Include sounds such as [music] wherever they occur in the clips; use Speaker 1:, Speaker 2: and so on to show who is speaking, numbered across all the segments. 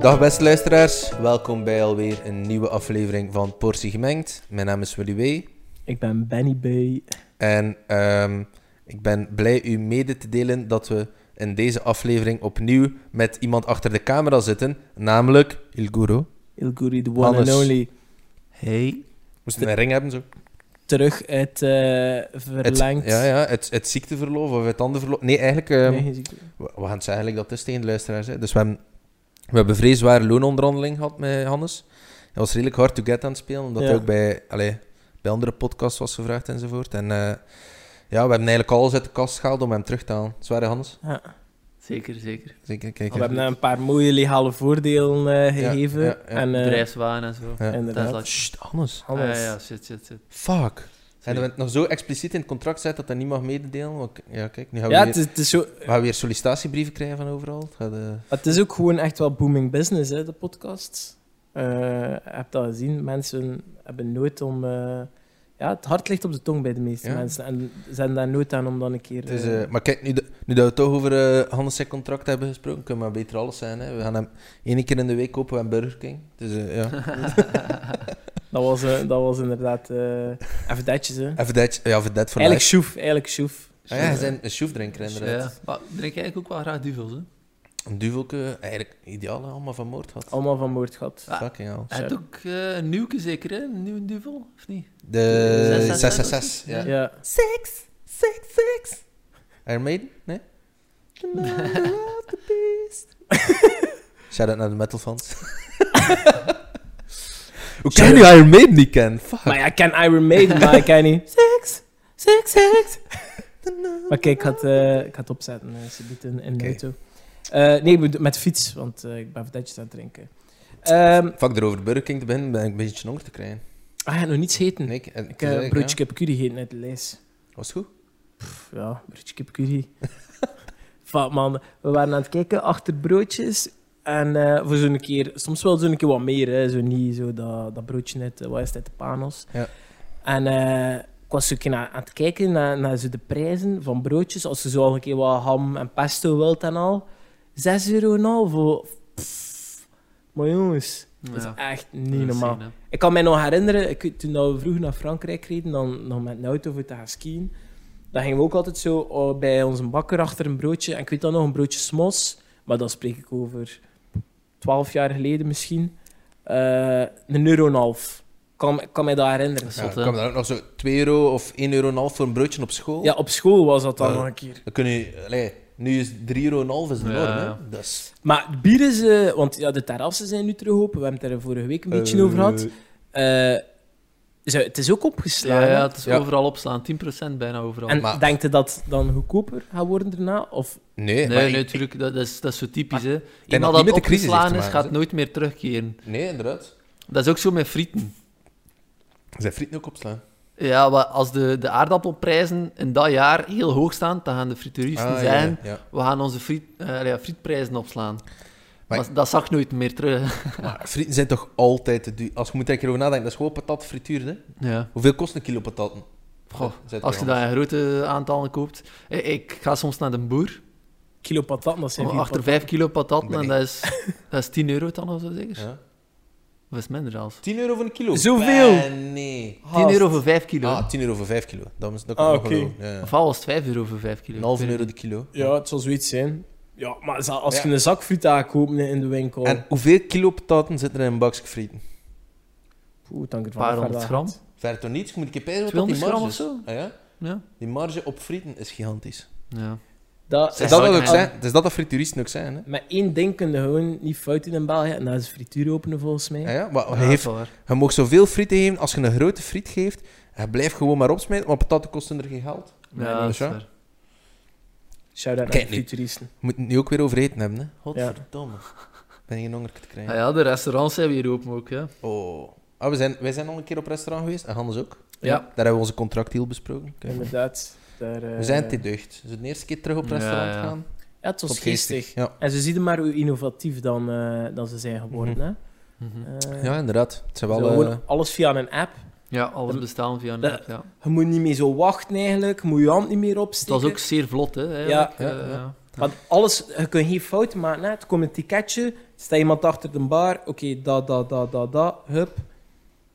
Speaker 1: Dag beste luisteraars, welkom bij alweer een nieuwe aflevering van Portie Gemengd. Mijn naam is Willy W.
Speaker 2: Ik ben Benny B.
Speaker 1: En ehm, ik ben blij u mede te delen dat we in deze aflevering opnieuw met iemand achter de camera zitten, namelijk Il Guru.
Speaker 2: Il Guri, the one
Speaker 1: Hannes.
Speaker 2: and only.
Speaker 3: Hey.
Speaker 1: Moest een ring hebben zo.
Speaker 2: Terug uit eh
Speaker 1: Het,
Speaker 2: verlengd.
Speaker 1: ja, ja, het, het ziekteverlof of het anderverlof. Nee, eigenlijk. ehm,
Speaker 2: Nee, geen ziekte.
Speaker 1: we, we gaan het zeggen eigenlijk dat het is tegen de luisteraars. Hè. Dus we hebben, we hebben vrij zware loononderhandeling gehad met Hannes. Hij was redelijk hard to get aan het spelen, omdat
Speaker 2: Ja.
Speaker 1: hij ook bij, allee, bij andere podcasts was gevraagd enzovoort. En eh, ja, we hebben eigenlijk alles uit de kast gehaald om hem terug te halen. Zwaar hè, Hannes?
Speaker 2: Ja.
Speaker 3: Zeker, zeker.
Speaker 1: Zeker,
Speaker 2: Oh, We
Speaker 1: kijk, hè.
Speaker 2: hebben hem een paar mooie legale voordelen eh,
Speaker 1: Ja,
Speaker 2: gegeven.
Speaker 1: ja, ja.
Speaker 2: En, eh,
Speaker 3: Bedrijfswaan en zo.
Speaker 1: Ja.
Speaker 2: inderdaad.
Speaker 3: Tesla.
Speaker 1: Sst, Hannes.
Speaker 2: Hannes.
Speaker 3: Ah, ja, ja, shit, shit, shit.
Speaker 1: Fuck. En
Speaker 3: Sorry.
Speaker 1: dat we het nog zo expliciet in het contract zetten dat hij niet mag mededelen. Want, ja, kijk, nu gaan we,
Speaker 2: Ja,
Speaker 1: weer,
Speaker 2: het is, het is zo,
Speaker 1: we gaan weer sollicitatiebrieven krijgen van overal. Het gaat, eh,
Speaker 2: Maar Het is ook gewoon echt wel booming business, hè, de podcast. Eh, Ik heb dat gezien. Mensen hebben nooit om... eh, ja, het hart ligt op de tong bij de meeste
Speaker 1: Ja.
Speaker 2: mensen. En ze hebben daar nooit aan om dan een keer...
Speaker 1: Het is,
Speaker 2: eh,
Speaker 1: eh, maar kijk, nu, dat- nu dat we het toch over eh Hannes zijn contract hebben gesproken, kunnen we maar beter alles zijn. Hè. We gaan hem één keer in de week kopen aan Burger King. Dus, eh, ja.
Speaker 2: [laughs] dat, was, eh, dat was inderdaad... eh even datjes, hè.
Speaker 1: Even dat, ja, even dat voor
Speaker 2: Eigenlijk Sjoef, eigenlijk Sjoef.
Speaker 1: life. Ah ja, hij zijn een shoefdrinker inderdaad.
Speaker 3: Ja. Maar drink eigenlijk ook wel graag duvels, hè?
Speaker 1: Een duvelke, eigenlijk ideaal, hè, allemaal van moord had.
Speaker 2: Allemaal van moord gehad.
Speaker 3: Ah.
Speaker 1: Fucking hell.
Speaker 3: Hij heeft ook eh, een nieuwke zeker, hè? Een nieuwe duvel, of niet?
Speaker 1: De
Speaker 3: 666,
Speaker 1: 666, ja.
Speaker 2: Ja.
Speaker 1: ja. Six, six, six. Iron Maiden?
Speaker 2: [laughs]
Speaker 1: Nee? The number of the beast. Shout-out naar de
Speaker 2: [laughs]
Speaker 1: metalfans. Hoe kan je Iron Maiden niet kennen? Fuck.
Speaker 2: Maar ja, ik ken Iron Maiden, maar ik ken niet... Six, six, six. Maar kijk, ik had, eh, ik had het opzetten, eh, ze biedt in, in de
Speaker 1: Oké.
Speaker 2: auto. Eh, nee, ik bedoel- met de fiets, want eh, ik ben even datjes aan het drinken. Ehm,
Speaker 1: Fuck, erover de Burger King te beginnen ben ik een beetje honger te krijgen.
Speaker 2: Ah, ik heb nog niets gegeten.
Speaker 1: Nee, ik, en-
Speaker 2: ik
Speaker 1: dus
Speaker 2: heb
Speaker 1: eigenlijk,
Speaker 2: een broodje
Speaker 1: ja.
Speaker 2: kipcurry gegeten uit de lijst.
Speaker 1: Was het goed?
Speaker 2: Pff, Ja, broodje kipcurry. [laughs] Vat man, we waren aan het kijken achter broodjes. En eh, voor zo'n keer, soms wel zo'n keer wat meer, hè. zo niet zo dat, dat broodje net, eh, wat is het, uit de panos.
Speaker 1: Ja.
Speaker 2: En eh, ik was zo een keer aan, aan het kijken naar, naar zo de prijzen van broodjes. Als je zo al een keer wat ham en pesto wilt en al. 6 euro en al voor... Pff, maar jongens, dat is
Speaker 3: Ja.
Speaker 2: echt
Speaker 3: Dat
Speaker 2: niet
Speaker 3: is
Speaker 2: normaal.
Speaker 3: zin, hè.
Speaker 2: Ik kan mij nog herinneren, ik, toen dat we vroeger naar Frankrijk reden, dan, dan met een auto voor te gaan skiën, dan gingen we ook altijd zo oh, bij onze bakker achter een broodje. En ik weet dan nog, een broodje smos, maar dat spreek ik over twaalf jaar geleden misschien. Eh, een euro en een half. Ik kan, ik kan mij dat herinneren.
Speaker 3: is eh,
Speaker 1: Ja,
Speaker 3: zot, hè?
Speaker 1: kwam daar ook nog zo 2 euro of 1,5 euro en een half voor een broodje op school.
Speaker 2: Ja, op school was dat dan
Speaker 1: Ja.
Speaker 2: nog een keer.
Speaker 1: Dan kun je, allee, nu is 3,5 euro en een half is de
Speaker 3: Ja,
Speaker 1: norm.
Speaker 3: ja.
Speaker 1: Hè? Dat is
Speaker 2: Maar het bier is... eh, want ja, de terrassen zijn nu terug open. We hebben het er vorige week een beetje over gehad. Eh, zo, het is ook
Speaker 3: Ja,
Speaker 2: opgeslagen.
Speaker 3: ja, het is
Speaker 1: Ja.
Speaker 3: overal opslaan. 10% bijna overal.
Speaker 2: en
Speaker 1: maar-
Speaker 2: denkt je dat dan goedkoper gaat worden daarna? Of
Speaker 1: Nee, maar
Speaker 3: Nee,
Speaker 1: ik-
Speaker 3: nee, natuurlijk, dat, dat is, dat is zo typisch, hè.
Speaker 1: dat
Speaker 3: Iemand
Speaker 1: niet
Speaker 3: dat
Speaker 1: met de crisis heeft
Speaker 3: opgeslaan
Speaker 1: te
Speaker 3: is,
Speaker 1: maken,
Speaker 3: gaat
Speaker 1: hè?
Speaker 3: nooit meer terugkeren.
Speaker 1: nee, inderdaad.
Speaker 3: Dat is ook zo met frieten.
Speaker 1: Zijn frieten ook opslaan?
Speaker 3: Ja, maar als de, de aardappelprijzen in dat jaar heel hoog staan, dan gaan de frituuristen
Speaker 1: Ah, ja,
Speaker 3: zijn...
Speaker 1: ja, ja.
Speaker 3: We gaan onze friet, eh, ja, frietprijzen opslaan.
Speaker 1: Maar-
Speaker 3: Maar dat zag nooit meer terug.
Speaker 1: [laughs] Maar frieten zijn toch altijd te duur? Als je moet er een keer over nadenken, dat is gewoon patat frituur. Hè?
Speaker 3: Ja.
Speaker 1: Hoeveel kost een kilo patatten?
Speaker 3: Goh,
Speaker 1: Zet
Speaker 3: als je
Speaker 1: er
Speaker 3: dat in grote aantallen koopt. Ik, ik ga soms naar de boer,
Speaker 2: kilo patat, dat
Speaker 1: Oh,
Speaker 2: zijn
Speaker 3: om
Speaker 2: vier
Speaker 3: achter
Speaker 2: patat.
Speaker 3: 5 kilo patat,
Speaker 1: Ben
Speaker 3: en
Speaker 1: ik-
Speaker 3: dat
Speaker 1: [laughs]
Speaker 3: is, dat is 10 euro dan of zo zeker?
Speaker 1: Ja.
Speaker 3: Of is het minder zelfs?
Speaker 1: 10 euro voor een kilo?
Speaker 2: Zoveel?
Speaker 1: Eh, Nee.
Speaker 3: 10 euro voor 5 kilo.
Speaker 1: Ah, 10 euro voor 5 kilo. Dat, is, dat kan
Speaker 2: Ah,
Speaker 1: ik nog
Speaker 2: oké.
Speaker 1: geloven. Ja, ja.
Speaker 3: Of al was het 5 euro voor 5 kilo.
Speaker 1: Een halve
Speaker 3: Ik weet
Speaker 1: euro
Speaker 3: het
Speaker 1: de kilo.
Speaker 2: Ja, het zal zoiets zijn. Ja, maar za- als je
Speaker 1: Ja.
Speaker 2: een zak friet aankoopt in de winkel...
Speaker 1: En
Speaker 3: Oh.
Speaker 1: hoeveel kilo pataten zitten er in een bakje frieten?
Speaker 2: Oeh, dank je
Speaker 3: Een paar honderd gram.
Speaker 1: Verder toch niets? Je moet een keer pijzen wat dat die
Speaker 3: 200
Speaker 1: marge
Speaker 3: gram
Speaker 1: is.
Speaker 3: of zo?
Speaker 1: Ah, ja?
Speaker 3: Ja.
Speaker 1: Die marge op frieten is gigantisch. Oh,
Speaker 3: ja.
Speaker 2: Dat, Ah,
Speaker 1: Het is
Speaker 3: zou
Speaker 1: dat, dat,
Speaker 3: ik
Speaker 1: ook
Speaker 3: gaan.
Speaker 1: zijn, het is dat dat frituuristen ook zijn. Hè?
Speaker 2: Met één ding kun je gewoon niet fout doen in België. En dat is frituur openen, volgens mij.
Speaker 1: Ja, Ah ja, maar
Speaker 3: Ja,
Speaker 1: je,
Speaker 3: dat is
Speaker 1: heeft,
Speaker 3: wel waar.
Speaker 1: je mag zoveel frieten geven als je een grote friet geeft. Je blijft gewoon maar opsmijten, want patatten kosten er geen geld.
Speaker 3: Ja, dat is
Speaker 1: Ja.
Speaker 3: waar.
Speaker 2: Shout-out naar
Speaker 1: Kijk
Speaker 2: de
Speaker 1: nu.
Speaker 2: frituuristen.
Speaker 1: Je moet het nu ook weer over eten hebben, hè? Godverdomme. Ben je geen honger te krijgen.
Speaker 3: Ah ja, de restaurants hebben hier open ook, ja.
Speaker 1: Oh. Ah, we zijn, wij zijn al een keer op restaurant geweest, en Hannes ook.
Speaker 2: Ja.
Speaker 1: Daar hebben we onze contractdeal besproken. Kijk.
Speaker 2: Inderdaad. Daar, eh,
Speaker 1: We zijn te deugd. Dus de eerste keer terug op
Speaker 3: Ja,
Speaker 1: restaurant
Speaker 3: ja.
Speaker 1: gaan.
Speaker 2: Ja, het was
Speaker 1: Tot geestig.
Speaker 2: geestig.
Speaker 1: Ja.
Speaker 2: En ze zien maar hoe innovatief dan, eh, dan ze zijn geworden.
Speaker 3: Mhm.
Speaker 2: Hè? Eh,
Speaker 1: Mhm. ja, inderdaad. Het zijn
Speaker 2: zo
Speaker 1: wel... eh,
Speaker 2: gewoon alles via een app.
Speaker 3: Ja, alles
Speaker 2: Dat-
Speaker 3: bestaan via een
Speaker 2: dat-
Speaker 3: app, ja.
Speaker 2: Je moet niet meer zo wachten eigenlijk. Je moet je hand niet meer
Speaker 3: Het
Speaker 2: opsteken.
Speaker 3: was ook zeer vlot, hè. eigenlijk.
Speaker 1: Ja, ja.
Speaker 3: Eh, ja.
Speaker 2: Maar alles, je kunt geen fouten maken. Hè. Het komt een ticketje, staat iemand achter de bar. Oké, dat, dat, dat, dat, dat, hup.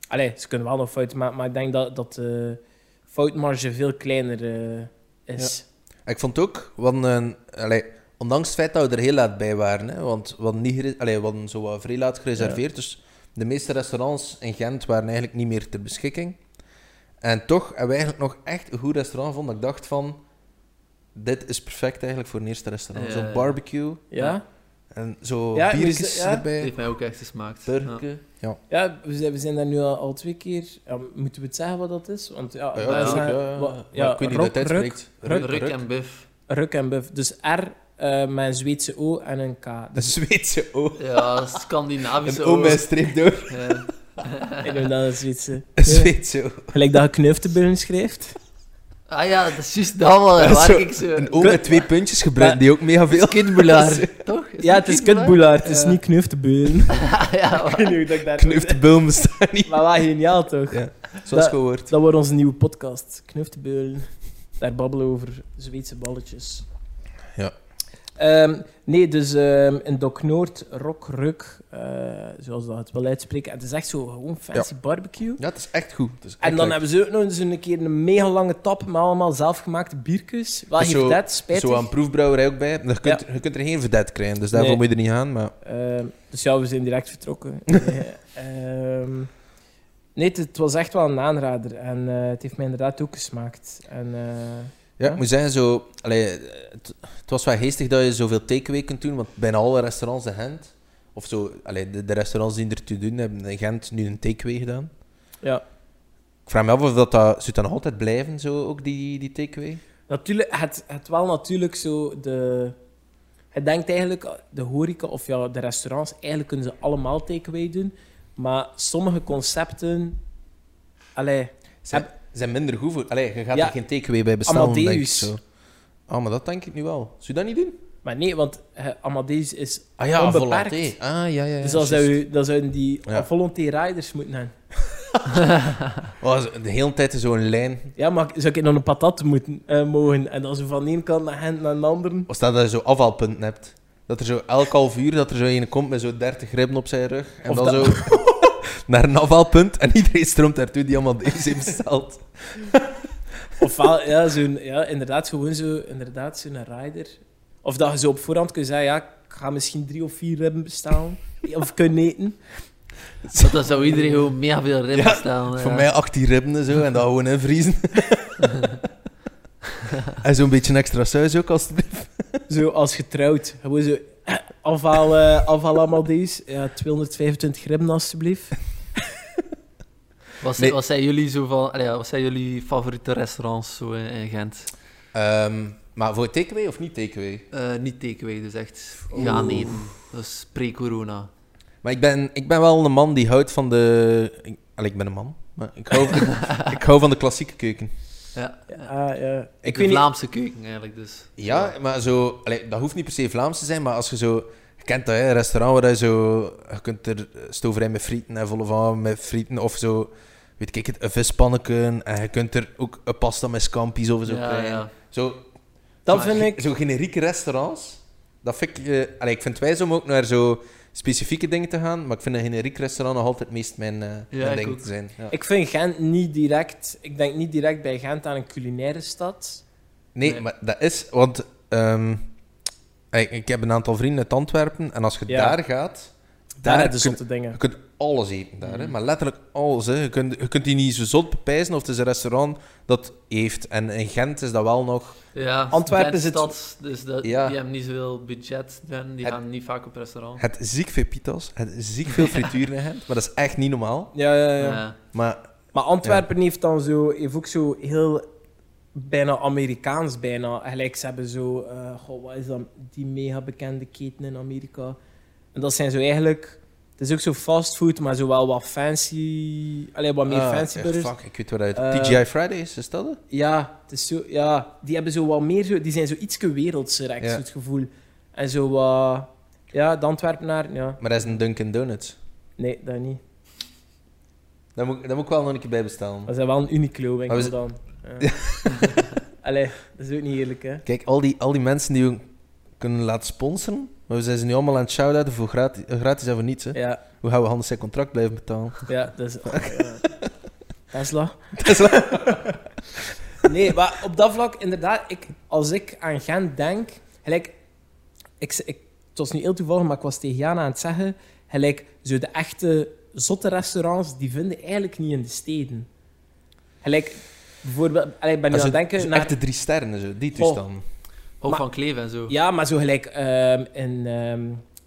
Speaker 2: Allee, ze kunnen wel nog fouten maken, maar ik denk dat, dat de foutmarge veel kleiner eh, is.
Speaker 1: Ik vond het ook, want, een allee, ondanks het feit dat we er heel laat bij waren, hè, want we hadden, niet, gere- allee, we hadden zo wat vrij laat gereserveerd, dus de meeste restaurants in Gent waren eigenlijk niet meer ter beschikking. En toch hebben we eigenlijk nog echt een goed restaurant gevonden. Ik dacht van, dit is perfect eigenlijk voor een eerste restaurant.
Speaker 3: Ja,
Speaker 1: Zo'n
Speaker 3: ja.
Speaker 1: barbecue
Speaker 2: Ja?
Speaker 1: en zo
Speaker 2: Ja,
Speaker 1: biertjes
Speaker 2: moest- ja.
Speaker 3: Dat
Speaker 1: erbij,
Speaker 3: heeft mij ook echt gesmaakt. Ja.
Speaker 1: purken. Ja.
Speaker 2: Ja, we zijn, we zijn daar nu al, al twee keer. Ja, moeten we het zeggen wat dat is? Want ja,
Speaker 1: Ja,
Speaker 2: wij
Speaker 3: dat is
Speaker 1: natuurlijk,
Speaker 2: zeggen-
Speaker 1: ja, ja.
Speaker 2: wa-
Speaker 1: Maar
Speaker 2: ja,
Speaker 1: ik weet niet hoe
Speaker 2: rok,
Speaker 1: het uitspreekt.
Speaker 3: Ruk, en Biff.
Speaker 2: Ruk en buff. Dus R eh, met een Zweedse O en een K. Dus
Speaker 1: De [laughs] Zweedse O. [laughs]
Speaker 3: Ja, Scandinavische
Speaker 1: Een O met een streep door.
Speaker 3: Ja.
Speaker 2: Ik noem dat een Zweedse.
Speaker 1: Een [laughs] Zweedse O.
Speaker 2: Gelijk dat je knuftebunnen schrijft.
Speaker 3: Ah ja, dat is juist dat wel. Waar
Speaker 1: [laughs] Zo,
Speaker 3: ik zo...
Speaker 1: Een O met twee puntjes gebruikt die ook mega veel. [laughs]
Speaker 3: Kutboulaar, toch?
Speaker 2: Ja, het is kutboelaar, het is niet
Speaker 1: [laughs]
Speaker 2: knuftebunnen.
Speaker 3: [laughs] ja,
Speaker 2: Ik weet niet hoe dat ik daar...
Speaker 1: Knuftebeul bestaat niet.
Speaker 2: Maar wel geniaal, toch?
Speaker 1: Ja. Zoals
Speaker 2: Dat-
Speaker 1: gehoord.
Speaker 2: Dat wordt onze nieuwe podcast. Knufteburen. Daar babbelen we over Zweedse balletjes.
Speaker 1: Ja.
Speaker 2: Ehm, nee, dus ehm in Dok Noord, Rock Ruk, eh, zoals dat het wil uitspreken. En het is echt zo gewoon fancy barbecue.
Speaker 1: Ja, het is echt goed. Het is echt
Speaker 2: En dan
Speaker 1: lekker.
Speaker 2: hebben ze ook nog eens een keer een mega lange tap met allemaal zelfgemaakte biertjes. Wat
Speaker 1: Dus
Speaker 2: heeft
Speaker 1: zo-
Speaker 2: dat? Spijtig.
Speaker 1: Zo aan proefbrouwerij ook bij. Je kunt, je kunt er geen verdet krijgen, dus daarvoor
Speaker 2: Nee.
Speaker 1: moet je er niet aan. Maar
Speaker 2: Ehm, dus ja, we zijn direct
Speaker 1: [laughs]
Speaker 2: vertrokken. Eh, ehm, nee, het, het was echt wel een aanrader. En eh, het heeft mij inderdaad ook gesmaakt. En, eh,
Speaker 1: ja,
Speaker 2: Ja.
Speaker 1: ik moet zeggen, zo, allee, het, het was wel geestig dat je zoveel takeaway kunt doen, want bijna alle restaurants in Gent, of zo, allee, de, de restaurants die er toe doen, hebben in Gent nu een takeaway gedaan.
Speaker 2: ja.
Speaker 1: Ik vraag me af of dat, dat, zou dat nog altijd blijven, zo, ook die, die takeaway?
Speaker 2: Natuurlijk, het, het wel natuurlijk zo de... Je denkt eigenlijk, eh, de horeca of ja, de restaurants, eigenlijk kunnen ze allemaal takeaway doen. Maar sommige concepten... Allee,
Speaker 1: Zijn, zijn minder goed voor... Allee, je gaat
Speaker 2: Ja.
Speaker 1: er geen takeaway bij bestellen, denk ik
Speaker 2: Amadeus.
Speaker 1: zo. Ah, maar dat denk ik nu wel. Zou je dat niet doen?
Speaker 2: maar nee, want eh, Amadeus is...
Speaker 1: Ah ja,
Speaker 2: Onbeperkt.
Speaker 1: volonté. Ah, ja, ja. ja
Speaker 2: dus dan,
Speaker 1: juist.
Speaker 2: zou, dan zouden die
Speaker 1: Ja.
Speaker 2: volunteer riders moeten hebben.
Speaker 1: Oh, zo- de hele tijd zo'n lijn.
Speaker 2: Ja, maar zou ik nog een patat moeten, eh, mogen? En dan zo van de ene kant naar hen, naar de andere.
Speaker 1: Of staat dat je zo afvalpunten hebt. Dat er zo elk half uur dat er zo een komt met zo 30 ribben op zijn rug. En
Speaker 2: Of
Speaker 1: dan
Speaker 2: dat-
Speaker 1: zo [laughs] naar een afvalpunt. En iedereen stroomt daartoe die allemaal deze heeft besteld.
Speaker 2: Ofwel, ja, zo'n, ja, inderdaad, gewoon zo, inderdaad, zo'n rider. Of dat je zo op voorhand kunt zeggen, ja, ik ga misschien drie of vier ribben bestellen. Of kunnen eten.
Speaker 3: dat zou iedereen gewoon mega veel
Speaker 1: [laughs]
Speaker 3: ribben
Speaker 1: Ja,
Speaker 3: stellen.
Speaker 1: Voor mij 18 ribben en zo. En dat gewoon [laughs] invriezen. en zo'n beetje extra saus ook, alstublieft.
Speaker 2: Zo als getrouwd. Gewoon zo, afhaal, eh afhaal allemaal deze. Ja, 225 ribben, alstublieft.
Speaker 3: Wat,
Speaker 1: Nee.
Speaker 3: wat zijn jullie zo van... allee, ja, wat zijn jullie favoriete restaurants zo in, in Gent?
Speaker 1: Ehm, maar voor takeaway of niet takeaway?
Speaker 3: Eh, niet takeaway, dus echt gaan
Speaker 1: Oeh.
Speaker 3: eten. Dat is pre-corona.
Speaker 1: Maar ik ben, ik ben wel een man die houdt van de... Ik, allee, ik ben een man. Maar ik hou,
Speaker 3: [laughs]
Speaker 1: ik hou van de klassieke keuken.
Speaker 3: Ja.
Speaker 2: Ja, Ah, ja.
Speaker 1: Ik weet
Speaker 3: de
Speaker 1: niet-
Speaker 3: Vlaamse keuken eigenlijk, dus.
Speaker 1: Ja, maar zo, allee, dat hoeft niet per se Vlaams te zijn, maar als je zo, je kent dat, hè, een restaurant waar je zo, je kunt er stoverij met frieten en volle van met frieten of zo, weet ik het, een vispanneken en je kunt er ook een pasta met scampi's of zo
Speaker 3: Ja,
Speaker 1: krijgen.
Speaker 3: ja.
Speaker 1: Zo,
Speaker 2: Dat
Speaker 1: zo-
Speaker 2: vind ik...
Speaker 1: Zo generieke restaurants, dat vind ik, eh, allee, ik vind het wijs om ook naar zo specifieke dingen te gaan, maar ik vind een generiek restaurant nog altijd het meest mijn, eh, mijn
Speaker 3: ik
Speaker 1: ding
Speaker 3: ook.
Speaker 1: te zijn. Ja.
Speaker 2: Ik vind Gent niet direct... Ik denk niet direct bij Gent aan een culinaire stad.
Speaker 1: Nee,
Speaker 3: Nee.
Speaker 1: maar dat is, want ehm, ik, ik heb een aantal vrienden uit Antwerpen en als je
Speaker 2: Ja.
Speaker 1: daar gaat,
Speaker 2: Daar, hebben
Speaker 1: kun-
Speaker 2: ze zotte dingen.
Speaker 1: je kunt alles eten daar, hè? maar letterlijk alles. Hè? Je, kunt, je kunt die niet zo zot bepijzen of het is een restaurant dat heeft. En in Gent is dat wel nog.
Speaker 3: Ja,
Speaker 2: Antwerpen is
Speaker 3: Gent
Speaker 2: het-
Speaker 3: stad, dus dat,
Speaker 1: Ja.
Speaker 3: die hebben niet zoveel budget. Dan, die
Speaker 1: Heb-
Speaker 3: gaan niet vaak op restaurant.
Speaker 1: Het ziek veel pita's, het ziek veel frituur in Gent, maar dat is echt niet normaal.
Speaker 2: Ja, ja, ja.
Speaker 3: Ja.
Speaker 1: Maar
Speaker 2: Maar Antwerpen heeft dan zo, heeft ook zo heel bijna Amerikaans bijna. Gelijk, ze hebben zo, eh, goh, wat is dat, die mega bekende keten in Amerika. En dat zijn zo eigenlijk, het is ook zo fastfood, maar zo wel wat fancy, allee, wat meer
Speaker 1: ah,
Speaker 2: fancy
Speaker 1: eh,
Speaker 2: burgers.
Speaker 1: Fuck, ik weet waaruit.
Speaker 2: Eh,
Speaker 1: TGI Fridays, is dat het?
Speaker 2: Ja, het is zo, ja, die hebben zo wat meer, zo, die zijn zo ietske wereldser, heb ik
Speaker 1: Ja.
Speaker 2: zo het gevoel. En zo, wat ja, de Antwerpenaar, ja,
Speaker 1: Maar dat is een Dunkin' Donuts.
Speaker 2: nee, dat niet.
Speaker 1: Daar moet, ik- daar moet ik wel nog een keer bij bestellen.
Speaker 2: Dat is wel een Uniqlo
Speaker 1: Maar we
Speaker 2: winkel
Speaker 1: z- [laughs]
Speaker 2: dan. Ja. allee, dat is ook niet eerlijk, hè.
Speaker 1: Kijk, al die, al die mensen die hun kunnen laten sponsoren. Maar we zijn ze nu allemaal aan het shout-outen voor gratis, eh, gratis en voor niets. Hè.
Speaker 2: Ja,
Speaker 1: Hoe gaan we Hannes zijn contract blijven betalen?
Speaker 2: ja, dat is... oh, ja. Tesla.
Speaker 1: Tesla.
Speaker 2: [laughs] Nee, maar op dat vlak, inderdaad, ik, als ik aan Gent denk, gelijk, ik, ik, het was nu heel toevallig, maar ik was tegen Jana aan het zeggen, gelijk, zo de echte zotte restaurants, die vinden eigenlijk niet in de steden. Gelijk, bijvoorbeeld, allee, ik ben nu aan
Speaker 1: Zo-
Speaker 2: het denken
Speaker 1: zo
Speaker 2: naar... Oh,
Speaker 1: Echt de drie sterren, zo. die
Speaker 2: Goh.
Speaker 1: toestand.
Speaker 3: Ook
Speaker 2: Maar-
Speaker 3: van Kleef en zo.
Speaker 2: Ja, maar zo gelijk ehm in ehm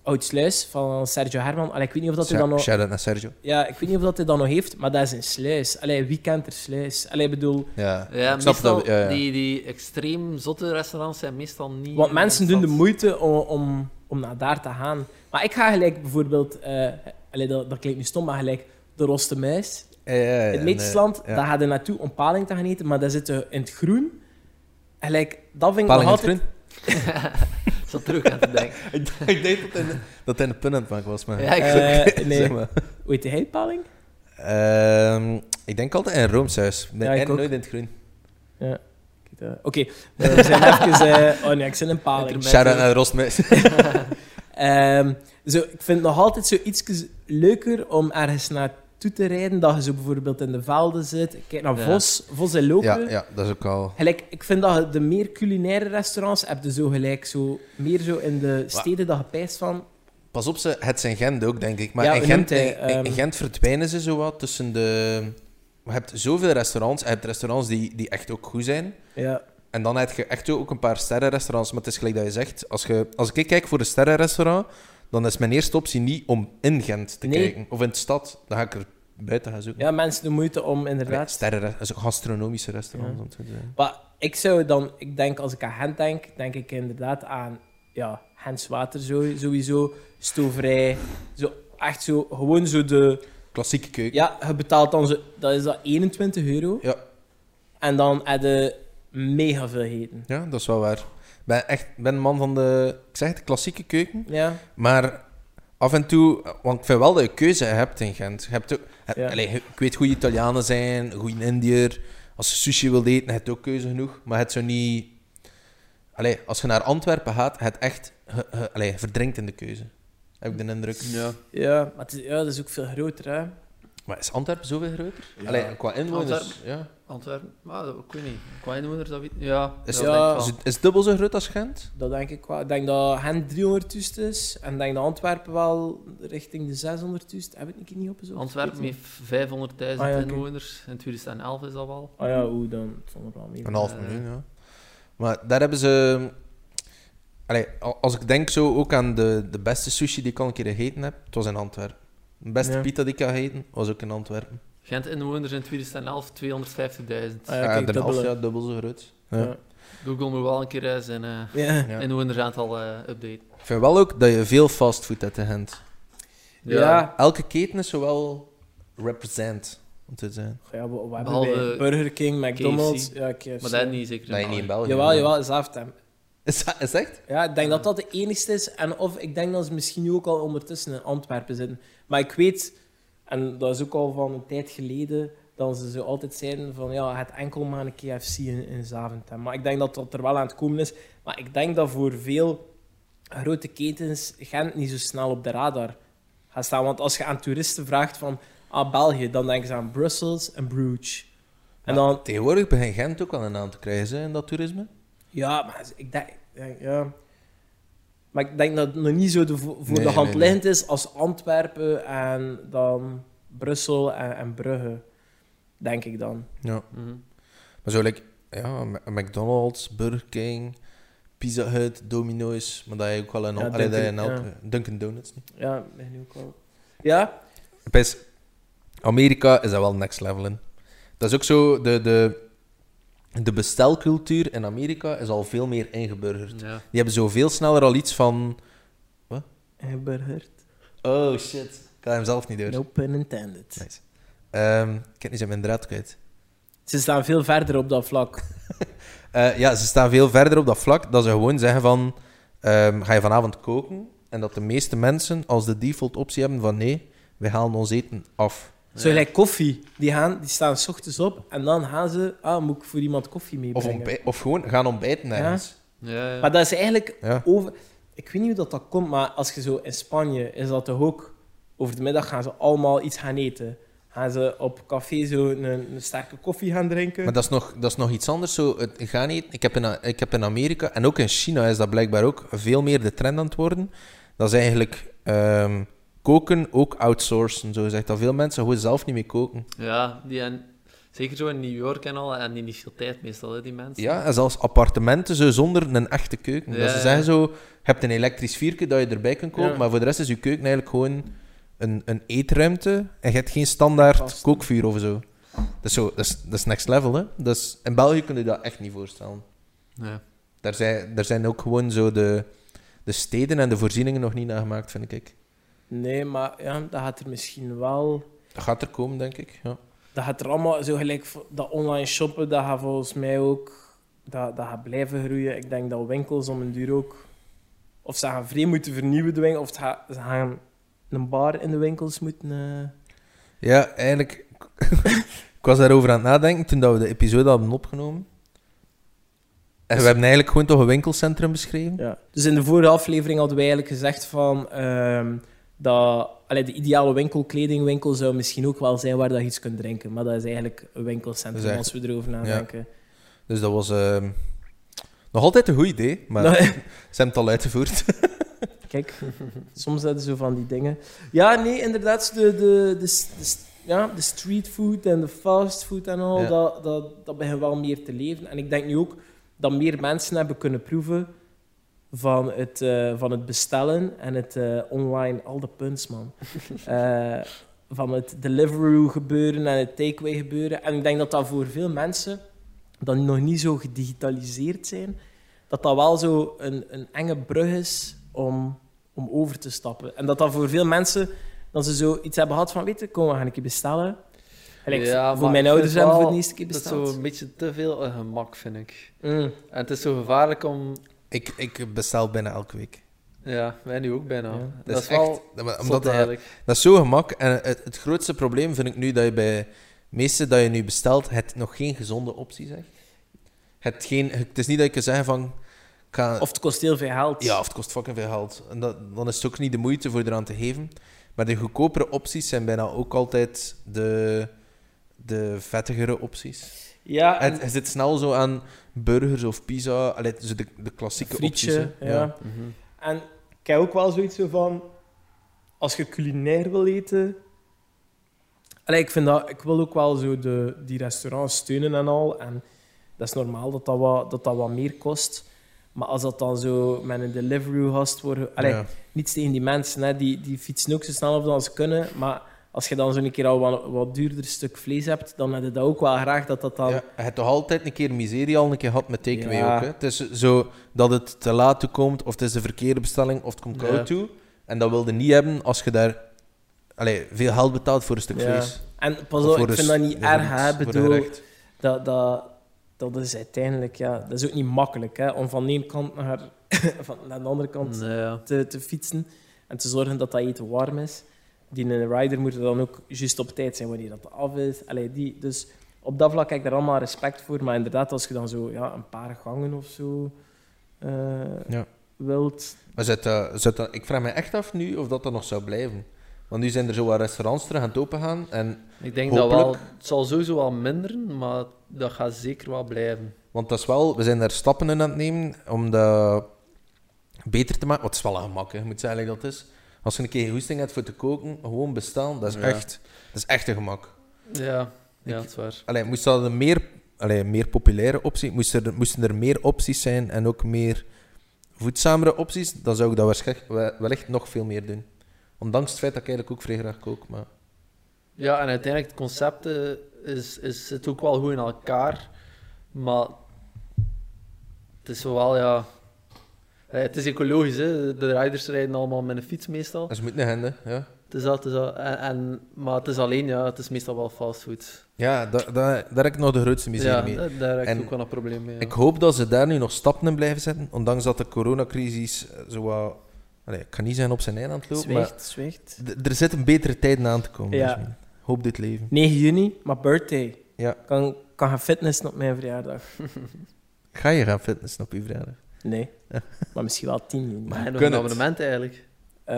Speaker 2: Oudsluis van Sergio Herman. Allee, ik weet niet of dat hij dan nog...
Speaker 1: Shout-out naar Sergio.
Speaker 2: Ja, ik weet niet of dat hij dat nog heeft, maar dat is een sluis. Allee, wie kent er sluis? Allee, ik bedoel...
Speaker 1: Ja.
Speaker 3: Ja,
Speaker 1: Ik snap
Speaker 3: meestal,
Speaker 1: dat we- ja, ja.
Speaker 3: Die, die extreem zotte restaurants zijn meestal niet...
Speaker 2: Want mensen
Speaker 3: in
Speaker 2: doen de
Speaker 3: stad.
Speaker 2: moeite om, om, om naar daar te gaan. Maar ik ga gelijk bijvoorbeeld... eh allee, dat, dat klinkt nu stom, maar gelijk de roste muis.
Speaker 1: Ja, ja, ja,
Speaker 2: in het
Speaker 1: en,
Speaker 2: Metisland,
Speaker 1: eh, ja.
Speaker 2: daar ga je naartoe om paling te gaan eten, maar daar zitten in het groen. Gelijk, dat vind ik
Speaker 1: Paling in
Speaker 2: nog
Speaker 1: het
Speaker 2: altijd...
Speaker 1: groen.
Speaker 3: [laughs] Ik zat terug aan te denken.
Speaker 1: Ik d- Ik deed dat in, dat hij een pun aan het maken was, maar... [laughs]
Speaker 3: Ja, ik
Speaker 2: Eh, nee,
Speaker 1: Zeg maar.
Speaker 2: hoe heet hij paling?
Speaker 1: Ehm, ik denk altijd in Roomshuis.
Speaker 2: Ja, ik
Speaker 1: en
Speaker 2: ook.
Speaker 1: nooit in het groen.
Speaker 2: Kijk, eh, Oké, we zijn [laughs] even... eh, oh nee, ik zit in paling.
Speaker 3: Met,
Speaker 1: Shout-out
Speaker 3: eh,
Speaker 1: naar Rostmeis.
Speaker 2: Ehm, zo, ik vind het nog altijd zo iets leuker om ergens naartoe te rijden. Dat je zo bijvoorbeeld in de velden zit. Ik Kijk naar
Speaker 3: Ja.
Speaker 2: Vos, Vos en Lopen.
Speaker 1: Ja, ja, dat is ook al...
Speaker 2: Gelijk, ik vind dat je de meer culinaire restaurants heb je zo gelijk zo, meer zo in de steden dat je pijst van.
Speaker 1: Pas op, ze, het zijn Gent ook, denk ik. Maar
Speaker 2: Ja,
Speaker 1: in,
Speaker 2: hoe
Speaker 1: Gent,
Speaker 2: noemt hij,
Speaker 1: in- in- in
Speaker 2: ehm,
Speaker 1: Gent verdwijnen ze zo wat tussen de... Je hebt zoveel restaurants. Je hebt restaurants die, die echt ook goed zijn.
Speaker 2: Ja,
Speaker 1: En dan heb je echt ook een paar sterrenrestaurants. Maar het is gelijk dat je zegt, als, je, als ik kijk voor een sterrenrestaurant, dan is mijn eerste optie niet om in Gent te
Speaker 2: Nee.
Speaker 1: kijken. Of in de stad. Dan ga ik er buiten gaan zoeken. Eh,
Speaker 2: ja mensen de moeite om
Speaker 1: Allee,
Speaker 2: inderdaad.
Speaker 1: sterrenre- zo gastronomische restaurants. om het zo te zeggen.
Speaker 2: Maar ik zou dan, ik denk als ik aan Gent denk, denk ik inderdaad aan ja, Gens Water zo- sowieso, stoverij, zo, echt zo, gewoon zo de.
Speaker 1: Klassieke keuken.
Speaker 2: Ja, je betaalt dan, zo, dat is dat 21 euro.
Speaker 1: Ja.
Speaker 2: En dan heb je mega veel eten.
Speaker 1: Ja, dat is wel waar. Ik ben echt ik ben een man van de, ik zeg het, klassieke keuken.
Speaker 2: Ja,
Speaker 1: Maar af en toe, want ik vind wel dat je keuze hebt in Gent. Je hebt ook, heb-
Speaker 2: Ja.
Speaker 1: allee, ik weet goede Italianen zijn, goede Indiër. Als je sushi wilt eten, heb je ook keuze genoeg. Maar het zou niet... Allee, als je naar Antwerpen gaat, het echt je- je- allee, je verdrinkt in de keuze. Heb ik de indruk.
Speaker 3: Ja.
Speaker 2: ja. Maar het is, ja, dat is ook veel groter, hè.
Speaker 1: Maar is Antwerpen zoveel groter?
Speaker 3: Ja.
Speaker 1: Allee, qua inwoners, ja.
Speaker 3: Antwerpen, maar ik weet niet. Qua inwoners, dat weet ik Ja,
Speaker 1: Is,
Speaker 3: dat
Speaker 2: ja,
Speaker 3: denk ik
Speaker 1: is,
Speaker 3: wel.
Speaker 1: het, is het dubbel zo groot als Gent?
Speaker 2: Dat denk ik wel. Ik denk dat Gent 300 toest is. En ik denk dat Antwerpen wel richting de 600 toest. Heb ik het niet opgezocht?
Speaker 3: Antwerpen heeft 500.000
Speaker 2: Ah, ja, oké.
Speaker 3: inwoners. In 2011 is dat wel.
Speaker 2: Ah ja, hoe dan? Het zal nog wel mee.
Speaker 1: Een half
Speaker 3: Eh.
Speaker 1: miljoen, ja. Maar daar hebben ze... Allee, al- als ik denk zo ook aan de, de beste sushi die ik al een keer gegeten heb, het was in Antwerpen. De beste
Speaker 2: Ja.
Speaker 1: pita die ik had gegeten, was ook in Antwerpen.
Speaker 3: Gent inwoners in 2011 250.000.
Speaker 2: Ah ja, kijk,
Speaker 1: Eh, Den Haag,
Speaker 2: dubbele.
Speaker 1: ja, dubbel zo groot. Ja.
Speaker 2: Ja.
Speaker 3: Google moet wel een keer eh, zijn eh,
Speaker 2: Ja.
Speaker 1: Ja.
Speaker 3: inwonersaantal eh, updaten.
Speaker 1: Ik vind wel ook dat je veel fastfood hebt in Gent.
Speaker 2: Ja.
Speaker 1: Elke keten is zowel represent, om te zijn.
Speaker 2: Ja, we, we hebben
Speaker 3: Behalve
Speaker 2: bij Burger King, McDonald's. Ja, KFC.
Speaker 3: Maar dat is niet zeker
Speaker 1: Dat je niet in België...
Speaker 2: Jawel, jawel, is Zaventem.
Speaker 1: Is dat is dat echt?
Speaker 2: Ja, ik denk dat dat de enigste is. En of ik denk dat ze misschien nu ook al ondertussen in Antwerpen zitten. Maar ik weet, en dat is ook al van een tijd geleden, dat ze zo altijd zeiden van ja, het enkel maar een KFC in, in Zaventem. Maar ik denk dat dat er wel aan het komen is. Maar ik denk dat voor veel grote ketens Gent niet zo snel op de radar gaat staan. Want als je aan toeristen vraagt van ah, België, dan denken ze aan Brussels en Bruges.
Speaker 1: Maar
Speaker 2: En dan,
Speaker 1: Tegenwoordig begint Gent ook al een naam te krijgen, hè, in dat toerisme.
Speaker 2: ja, maar ik denk, ik denk- ja. Maar ik denk dat het nog niet zo de vo- voor
Speaker 1: Nee,
Speaker 2: de hand
Speaker 1: nee, nee.
Speaker 2: liggend is als Antwerpen en dan Brussel en, en Brugge, denk ik dan.
Speaker 1: Ja.
Speaker 3: Mhm.
Speaker 1: Maar zo, like, ja, M- McDonald's, Burger King, Pizza Hut, Domino's. Maar dat je ook wel een...
Speaker 2: Ja,
Speaker 1: Ja, Dunkin, dat je in
Speaker 2: Dunkin',
Speaker 1: elke- Dunkin' Donuts niet.
Speaker 2: Ja, ik ben nu ook al. Ja?
Speaker 1: Pijs, Amerika is dat wel next level in. Dat is ook zo... De, de, de bestelcultuur in Amerika is al veel meer ingeburgerd.
Speaker 3: Ja.
Speaker 1: Die hebben zo veel sneller al iets van...
Speaker 2: En Burger,
Speaker 1: Oh, shit. Ik had hem zelf niet door.
Speaker 2: no pun intended.
Speaker 1: Nice. Ehm, ik heb niet zijn mijn draad kwijt.
Speaker 2: Ze staan veel verder op dat vlak.
Speaker 1: Eh, ja, ze staan veel verder op dat vlak dat ze gewoon zeggen van... ehm, ga je vanavond koken? En dat de meeste mensen als de default optie hebben van... Nee, wij halen ons eten af.
Speaker 2: Zo gelijk koffie. Die, gaan, die staan s ochtends op en dan gaan ze... Ah, moet ik voor iemand koffie
Speaker 1: Of,
Speaker 2: meebrengen?
Speaker 1: ontbij- of gewoon gaan ontbijten ergens.
Speaker 3: Ja, ja.
Speaker 2: Maar dat is eigenlijk
Speaker 1: Ja.
Speaker 2: over... Ik weet niet hoe dat, dat komt, maar als je zo in Spanje is dat toch ook... Over de middag gaan ze allemaal iets gaan eten. Gaan ze op café zo een, een sterke koffie gaan drinken.
Speaker 1: Maar dat is nog, dat is nog iets anders. Zo, het gaan eten. Ik heb, in, A- ik heb in Amerika en ook in China is dat blijkbaar ook veel meer de trend aan het worden. Dat is eigenlijk ehm, koken ook outsourcen. Zo zegt dat veel mensen gewoon zelf niet meer koken.
Speaker 3: Ja, die en, zeker zo in New York en al, en die niet veel tijd meestal, hè, die mensen.
Speaker 1: Ja, en zelfs appartementen zo zonder een echte keuken.
Speaker 3: Ja,
Speaker 1: dat ze
Speaker 3: ja.
Speaker 1: zeggen zo, je hebt een elektrisch vierke dat je erbij kunt kopen,
Speaker 2: Ja.
Speaker 1: maar voor de rest is je keuken eigenlijk gewoon een, een eetruimte en je hebt geen standaard
Speaker 2: Vast.
Speaker 1: kookvuur of zo. Dat is, zo, dat is, dat is next level, hè. Dat is, in België kun je dat echt niet voorstellen.
Speaker 3: Ja.
Speaker 1: Daar zijn, daar zijn ook gewoon zo de, de steden en de voorzieningen nog niet nagemaakt, vind ik.
Speaker 2: Nee, maar ja, dat gaat er misschien wel...
Speaker 1: Dat gaat er komen, denk ik. Ja.
Speaker 2: Dat gaat er allemaal zo gelijk... voor- Dat online shoppen, dat gaat volgens mij ook... Dat, dat gaat blijven groeien. Ik denk dat winkels om een duur ook... Of ze gaan vreemd moeten vernieuwen, de winkel, of het gaat- ze gaan een bar in de winkels moeten... eh,
Speaker 1: Ja, eigenlijk. [laughs] ik was daarover aan het nadenken toen dat we de episode hadden opgenomen. En we hebben eigenlijk gewoon toch een winkelcentrum beschreven.
Speaker 2: Ja. Dus in de vorige aflevering hadden wij eigenlijk gezegd van ehm, dat allee, de ideale winkel, kledingwinkel, zou misschien ook wel zijn waar dat je iets kunt drinken. Maar dat is eigenlijk een winkelcentrum
Speaker 1: Dat is echt-
Speaker 2: als we erover nadenken.
Speaker 1: Dus dat was ehm, nog altijd een goed idee, maar [laughs]
Speaker 2: Nou,
Speaker 1: ze hebben het al uitgevoerd. [laughs]
Speaker 2: Kijk, soms hadden ze zo van die dingen. Ja, nee, inderdaad, de, de, de, s- de s- ja, de streetfood en de fastfood en al,
Speaker 1: Ja.
Speaker 2: dat, dat, dat begint wel meer te leven. En ik denk nu ook dat meer mensen hebben kunnen proeven van het, eh, van het bestellen en het eh, online, al de punts, man. Eh, van het Deliveroo gebeuren en het takeaway gebeuren. En ik denk dat dat voor veel mensen, die nog niet zo gedigitaliseerd zijn, dat dat wel zo een, een enge brug is om, om over te stappen. En dat dat voor veel mensen, dat ze zo iets hebben gehad van, weet je, kom, we gaan een keer bestellen. Gelijk,
Speaker 3: Ja,
Speaker 2: voor
Speaker 3: maar
Speaker 2: mijn
Speaker 3: ik
Speaker 2: ouders
Speaker 3: vind
Speaker 2: hebben voor
Speaker 3: wel
Speaker 2: de eerste keer
Speaker 3: Dat is
Speaker 2: besteld.
Speaker 3: zo een beetje te veel een gemak, vind ik.
Speaker 2: Mm.
Speaker 3: En het is zo gevaarlijk om...
Speaker 1: ik, ik bestel bijna elke week.
Speaker 3: Ja, wij nu ook bijna.
Speaker 2: Ja.
Speaker 3: Dat,
Speaker 1: Dat,
Speaker 3: is
Speaker 1: is
Speaker 3: wel
Speaker 1: echt. maar
Speaker 3: zot
Speaker 1: Omdat dat,
Speaker 3: eigenlijk.
Speaker 1: dat is zo gemak. En het, het grootste probleem vind ik nu dat je bij meeste dat je nu bestelt, het nog geen gezonde optie zegt. Het, geen, het is niet dat je kan zeggen van. ik ga-
Speaker 2: Of het kost heel veel geld.
Speaker 1: Ja, of het kost fucking veel geld. En dat, dan is het ook niet de moeite voor eraan te geven. Maar de goedkopere opties zijn bijna ook altijd de, de vettigere opties.
Speaker 2: ja en
Speaker 1: Het, je zit snel zo aan burgers of pizza, allee, zo de, de klassieke
Speaker 2: frietje.
Speaker 1: opties. hè.
Speaker 2: ja.
Speaker 3: Mhm.
Speaker 2: En ik heb ook wel zoiets zo van... Als je culinair wil eten... Allee, ik, vind dat, ik wil ook wel zo de, die restaurants steunen en al. En dat is normaal dat dat wat, dat dat wat meer kost. Maar als dat dan zo met een delivery gast wordt... Allee,
Speaker 1: Ja.
Speaker 2: niets tegen die mensen, hè, die, die fietsen ook zo snel of dan ze kunnen. Maar als je dan zo'n keer al wat, wat duurder stuk vlees hebt, dan heb je dat ook wel graag dat dat dan...
Speaker 1: Ja, je hebt toch altijd een keer miserie al een keer gehad met takeaway
Speaker 2: Ja.
Speaker 1: ook. Hè? Het is zo dat het te laat toe komt, of het is de verkeerde bestelling, of het komt koud
Speaker 3: Ja.
Speaker 1: toe. En dat wilde niet hebben als je daar allee, veel geld betaalt voor een stuk
Speaker 2: Ja.
Speaker 1: vlees.
Speaker 2: En pas
Speaker 1: Of
Speaker 2: op,
Speaker 1: voor
Speaker 2: ik
Speaker 1: een
Speaker 2: vind
Speaker 1: s-
Speaker 2: dat niet
Speaker 1: voor een-
Speaker 2: erg, hè. Ik
Speaker 1: voor een
Speaker 2: bedoel,
Speaker 1: gerecht.
Speaker 2: dat, dat, dat is uiteindelijk, ja, dat is ook niet makkelijk hè, om van de ene kant naar, [laughs] van, naar de andere kant
Speaker 3: Nee, ja.
Speaker 2: te, te fietsen en te zorgen dat dat eten warm is. Die een rider moet er dan ook juist op tijd zijn wanneer dat af is. Allee, die, dus op dat vlak heb ik daar allemaal respect voor, maar inderdaad, als je dan zo ja, een paar gangen of zo eh,
Speaker 1: Ja.
Speaker 2: wilt.
Speaker 1: Maar zou dat, zou dat- ik vraag me echt af nu of dat, dat nog zou blijven. Want nu zijn er zo wat restaurants terug aan het opengaan. En,
Speaker 3: Ik denk dat wel...
Speaker 1: Hopelijk.
Speaker 3: Het zal sowieso wel minderen, maar dat gaat zeker wel blijven.
Speaker 1: want dat is wel, we zijn daar stappen in aan het nemen om dat beter te maken. Wat is wel een gemak, hè. je moet zeggen dat het is. Als je een keer hoesting hebt voor te koken, gewoon bestellen. Dat is,
Speaker 3: Ja.
Speaker 1: echt, dat is echt een gemak.
Speaker 3: Ja, ja
Speaker 1: Ik-
Speaker 3: dat is waar.
Speaker 1: Allee, moest dat een meer, allee, meer populaire optie, moest er, moesten er meer opties zijn en ook meer voedzamere opties, dan zou ik dat waarschijnlijk we- wellicht nog veel meer doen. Ondanks het feit dat ik eigenlijk ook vrij graag kook. Maar...
Speaker 3: Ja, en uiteindelijk, het concept eh, is, is, zit ook wel goed in elkaar, maar het is wel, ja... eh, Het is ecologisch, hè. De rijders rijden allemaal met een fiets meestal.
Speaker 1: Dat is moeten henden, ja.
Speaker 3: Het is dat, het is dat. En, en- maar het is alleen, ja, het is meestal wel fastfood.
Speaker 1: Ja, da, da- daar heb ik nog de grootste miserie
Speaker 3: Ja,
Speaker 1: mee.
Speaker 3: da- daar heb ik
Speaker 1: En-
Speaker 3: ook wel een probleem mee. ja.
Speaker 1: Ik hoop dat ze daar nu nog stappen in blijven zetten, ondanks dat de coronacrisis eh, zo wat... Allee, ik kan niet zijn op zijn eind aan het lopen, maar
Speaker 2: Zwicht, zwicht.
Speaker 1: d- er zitten betere tijden aan te komen.
Speaker 2: Ja.
Speaker 1: Jasmin. Hoop dit leven.
Speaker 2: 9 juni, mijn birthday.
Speaker 1: Ja.
Speaker 2: Kan, kan gaan fitnessen op mijn verjaardag.
Speaker 1: Ga je gaan fitnessen op uw vrijdag? [laughs]
Speaker 2: Nee. maar misschien wel 10 juni.
Speaker 3: Maar nog
Speaker 1: Kun
Speaker 3: een
Speaker 1: het.
Speaker 3: abonnement eigenlijk.
Speaker 2: Eh,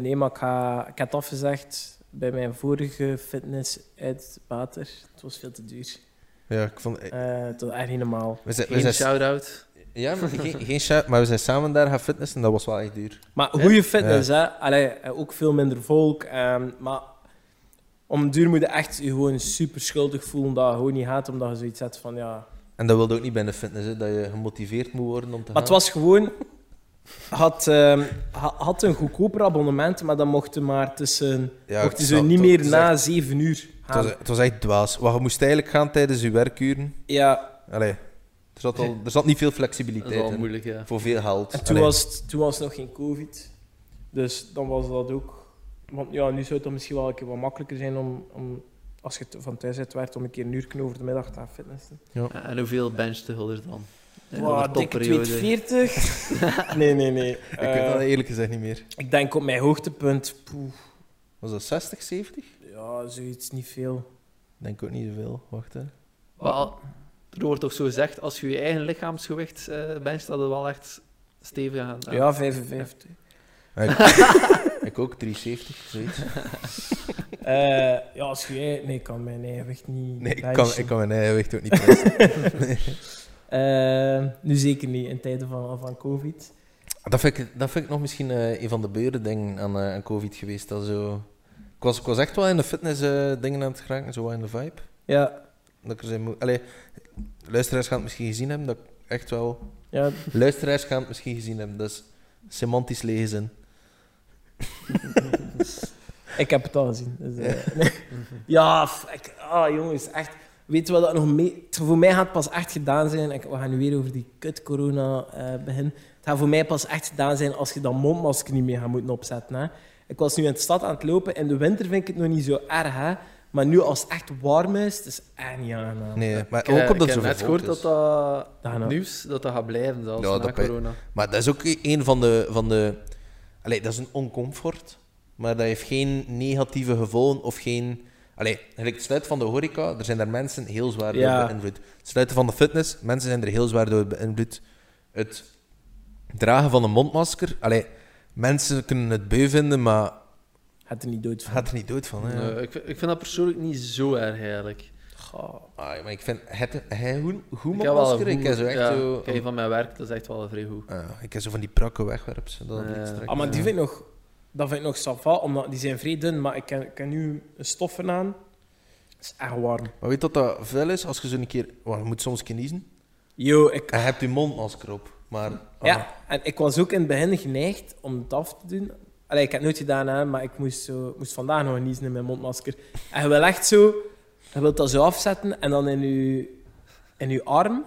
Speaker 2: nee, maar ik, ga, ik had afgezegd bij mijn vorige fitness uit water. Het was veel te duur.
Speaker 1: Ja, ik vond... eh,
Speaker 2: Eh het was echt niet normaal.
Speaker 1: We zijn, we
Speaker 3: Geen
Speaker 1: zijn-
Speaker 3: shout-out.
Speaker 1: ja, maar, geen, geen shout, maar we zijn samen daar gaan fitnessen en dat was wel echt duur.
Speaker 2: Maar goede fitness, hè. Allee, eh, ook veel minder volk. ehm, maar om duur moet je echt je gewoon super schuldig voelen dat je gewoon niet gaat, omdat je zoiets hebt van ja...
Speaker 1: En dat wilde ook niet bij de fitness, hè, dat je gemotiveerd moet worden om te
Speaker 2: Maar het was gewoon... Had, ehm, ha- had een goedkoper abonnement, maar dan mochten maar tussen...
Speaker 1: Ja,
Speaker 2: mochten
Speaker 1: ik
Speaker 2: ze
Speaker 1: snap
Speaker 2: niet
Speaker 1: het.
Speaker 2: meer
Speaker 1: Het is
Speaker 2: na zeven uur
Speaker 1: Het
Speaker 2: gaan.
Speaker 1: was, het was echt dwaas. Want je moest eigenlijk gaan tijdens je werkuren.
Speaker 2: Ja,
Speaker 1: Allee, er zat, al, er zat niet veel
Speaker 3: Dat is
Speaker 1: flexibiliteit
Speaker 3: wel
Speaker 1: in.
Speaker 3: moeilijk, ja.
Speaker 1: Voor veel geld.
Speaker 2: en toen
Speaker 1: Allee,
Speaker 2: was, het, toen was het nog geen covid. Dus dan was dat ook... Want ja, nu zou het dan misschien wel een keer wat makkelijker zijn om... om als je t- van thuis uit werkt, om een keer een uur over de middag te gaan fitnessen.
Speaker 3: En hoeveel bench te hulder dan? In
Speaker 2: Wow, dikke
Speaker 3: een topperiode.
Speaker 2: [laughs] 240. nee, nee, nee.
Speaker 1: [laughs] Ik
Speaker 2: Eh,
Speaker 1: weet dat eerlijk gezegd niet meer.
Speaker 2: ik denk op mijn hoogtepunt, poeh,
Speaker 1: Was dat 60, 70?
Speaker 2: ja, zoiets, niet veel.
Speaker 1: Denk ook niet zoveel. Wacht hè.
Speaker 3: Wel, er wordt toch zo gezegd, als je je eigen lichaamsgewicht eh bencht, dat het wel echt stevig aan.
Speaker 1: [laughs]
Speaker 2: Ja, 55.
Speaker 1: Ik ook 370, [laughs] zoiets.
Speaker 2: Eh, ja, als jij... Nee, ik kan mijn eigen echt niet
Speaker 1: Nee, ik kan,
Speaker 2: benchen.
Speaker 1: ik
Speaker 2: [laughs]
Speaker 1: kan mijn eigen gewicht ook niet testen.
Speaker 2: Eh, nu zeker niet, in tijden van, van covid.
Speaker 1: [laughs] dat, vind ik, dat vind ik nog misschien eh, een van de beure dingen aan, eh, aan COVID geweest. Dat zo... ik, was, ik was echt wel in de fitness eh, dingen aan het geraken, zo wel in de vibe.
Speaker 2: Ja,
Speaker 1: Dat ik er zijn moe- Allee, luisteraars gaan het misschien gezien hebben, dat ik echt wel
Speaker 2: ja
Speaker 1: Luisteraars gaan het misschien gezien hebben, dus semantisch lezen.
Speaker 2: ik heb het al gezien. Dus, eh, nee. [laughs] ja, f- ik, ah, jongens, echt... Weet je wat dat nog mee... het- Voor mij gaat het pas echt gedaan zijn... Ik, we gaan nu weer over die kut-corona eh beginnen. Het gaat voor mij pas echt gedaan zijn als je dat mondmasker niet meer gaat moeten opzetten. Hè. Ik was nu in de stad aan het lopen. In de winter vind ik het nog niet zo erg, hè. Maar nu, als het echt warm is, het is echt niet aangenaam.
Speaker 1: Nee, maar
Speaker 3: Ik, eh,
Speaker 1: ook op dat
Speaker 3: ik heb
Speaker 1: zo
Speaker 3: net gehoord dat dat
Speaker 2: Daarna.
Speaker 3: nieuws dat dat gaat blijven, zelfs
Speaker 1: Ja,
Speaker 3: na
Speaker 1: dat bij-
Speaker 3: corona.
Speaker 1: Maar dat is ook een van de... Van de allee, dat is een oncomfort, maar dat heeft geen negatieve gevolgen of geen... Allee, gelijk het sluiten van de horeca, er zijn daar mensen heel zwaar
Speaker 2: Ja.
Speaker 1: door beïnvloed. Het sluiten van de fitness, mensen zijn er heel zwaar door beïnvloed. Het dragen van een mondmasker, allee, mensen kunnen het beu vinden, maar
Speaker 2: Gaat er niet dood van.
Speaker 1: gaat er niet dood van. Hè?
Speaker 3: Nee, Eh, ik, vind- ik vind dat persoonlijk niet zo erg eigenlijk.
Speaker 2: Goh.
Speaker 1: Ah, maar ik vind het, hij goed, goed
Speaker 3: ik heb wel
Speaker 1: mondmasker, ik heb zo echt
Speaker 3: ja,
Speaker 1: zo...
Speaker 3: ik heb van mijn werk, dat is echt wel vrij goed.
Speaker 1: Ah, ik heb zo van die prakke wegwerps. Dat
Speaker 3: Ja.
Speaker 1: niet strak.
Speaker 2: Ah, maar die vind ik nog, dat vind ik nog sava, omdat die zijn vrij dun, maar ik ken, ik ken nu een stoffen aan. Het is echt warm.
Speaker 1: Maar weet je wat dat vuil is? Als je zo een keer... Want je moet soms kniezen.
Speaker 2: Yo, ik,
Speaker 1: En je hebt je mondmasker op. Maar... ah,
Speaker 2: ja, en ik was ook in het begin geneigd om het af te doen. Allee, ik heb het nooit gedaan, hè, maar ik moest, zo, ik moest vandaag nog niezen in mijn mondmasker. En je wil echt zo, je wilt dat zo afzetten en dan in je, in je arm